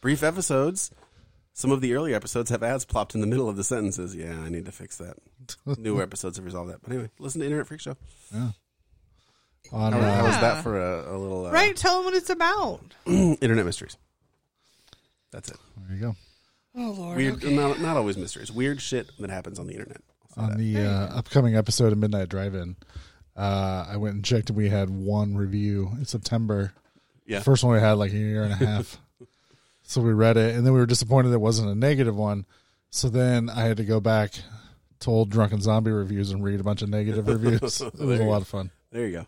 [SPEAKER 4] Brief episodes. Some of the earlier episodes have ads plopped in the middle of the sentences. Yeah, I need to fix that. Newer episodes have resolved that. But anyway, listen to Internet Freak Show.
[SPEAKER 2] On,
[SPEAKER 4] How, how
[SPEAKER 2] uh,
[SPEAKER 4] was that for a, a little uh,
[SPEAKER 3] Right? Tell them what it's about.
[SPEAKER 4] Internet mysteries? That's it.
[SPEAKER 2] there you go.
[SPEAKER 3] Oh, Lord.
[SPEAKER 4] Weird, not, not always mysteries. Weird shit that happens on the internet.
[SPEAKER 2] on the uh, upcoming episode of Midnight Drive-In, uh, I went and checked, and we had one review in September.
[SPEAKER 4] Yeah.
[SPEAKER 2] first one we had like a year and a half. so we read it, and then we were disappointed it wasn't a negative one. So then I had to go back to old Drunken Zombie reviews and read a bunch of negative reviews. it was a lot of fun.
[SPEAKER 4] There you go.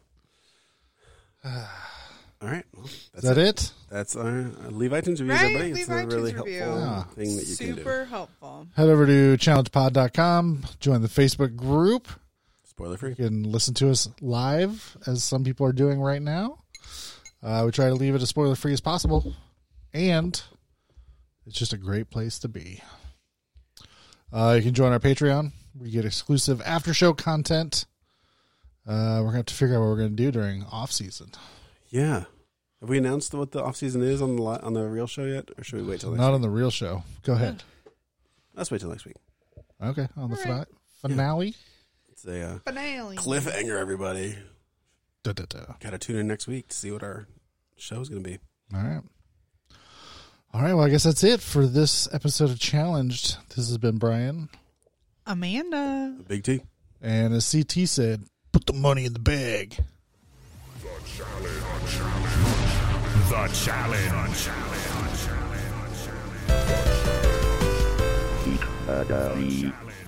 [SPEAKER 4] All right, well, that's
[SPEAKER 2] Is that
[SPEAKER 4] it.
[SPEAKER 2] it?
[SPEAKER 4] That's our uh, leave iTunes reviews.
[SPEAKER 3] Right,
[SPEAKER 4] everybody, it's
[SPEAKER 3] leave
[SPEAKER 4] a really
[SPEAKER 3] iTunes
[SPEAKER 4] helpful
[SPEAKER 3] review.
[SPEAKER 4] thing that you can do.
[SPEAKER 3] Super helpful.
[SPEAKER 2] Head over to challengepod.com, join the Facebook group.
[SPEAKER 4] Spoiler free.
[SPEAKER 2] You can listen to us live, as some people are doing right now. Uh, we try to leave it as spoiler free as possible. and it's just a great place to be. Uh, you can join our Patreon. We get exclusive after show content. Uh, we're gonna have to figure out what we're gonna do during off season.
[SPEAKER 4] Yeah. Have we announced what the off season is on the li- on the real show yet, or should we wait till next?
[SPEAKER 2] Not on the real show. Go ahead.
[SPEAKER 4] Let's wait till next week.
[SPEAKER 2] Okay, on the
[SPEAKER 3] All
[SPEAKER 2] fina
[SPEAKER 3] right.
[SPEAKER 2] finale.
[SPEAKER 4] It's a uh,
[SPEAKER 3] Finale.
[SPEAKER 4] cliffhanger, everybody.
[SPEAKER 2] Da, da, da.
[SPEAKER 4] Gotta tune in next week to see what our show's gonna be.
[SPEAKER 2] All right. All right. Well, I guess that's it for this episode of Challenged. This has been Brian,
[SPEAKER 3] Amanda.
[SPEAKER 4] Big T.
[SPEAKER 2] and as CT said, put the money in the bag.
[SPEAKER 5] The challenge. The challenge.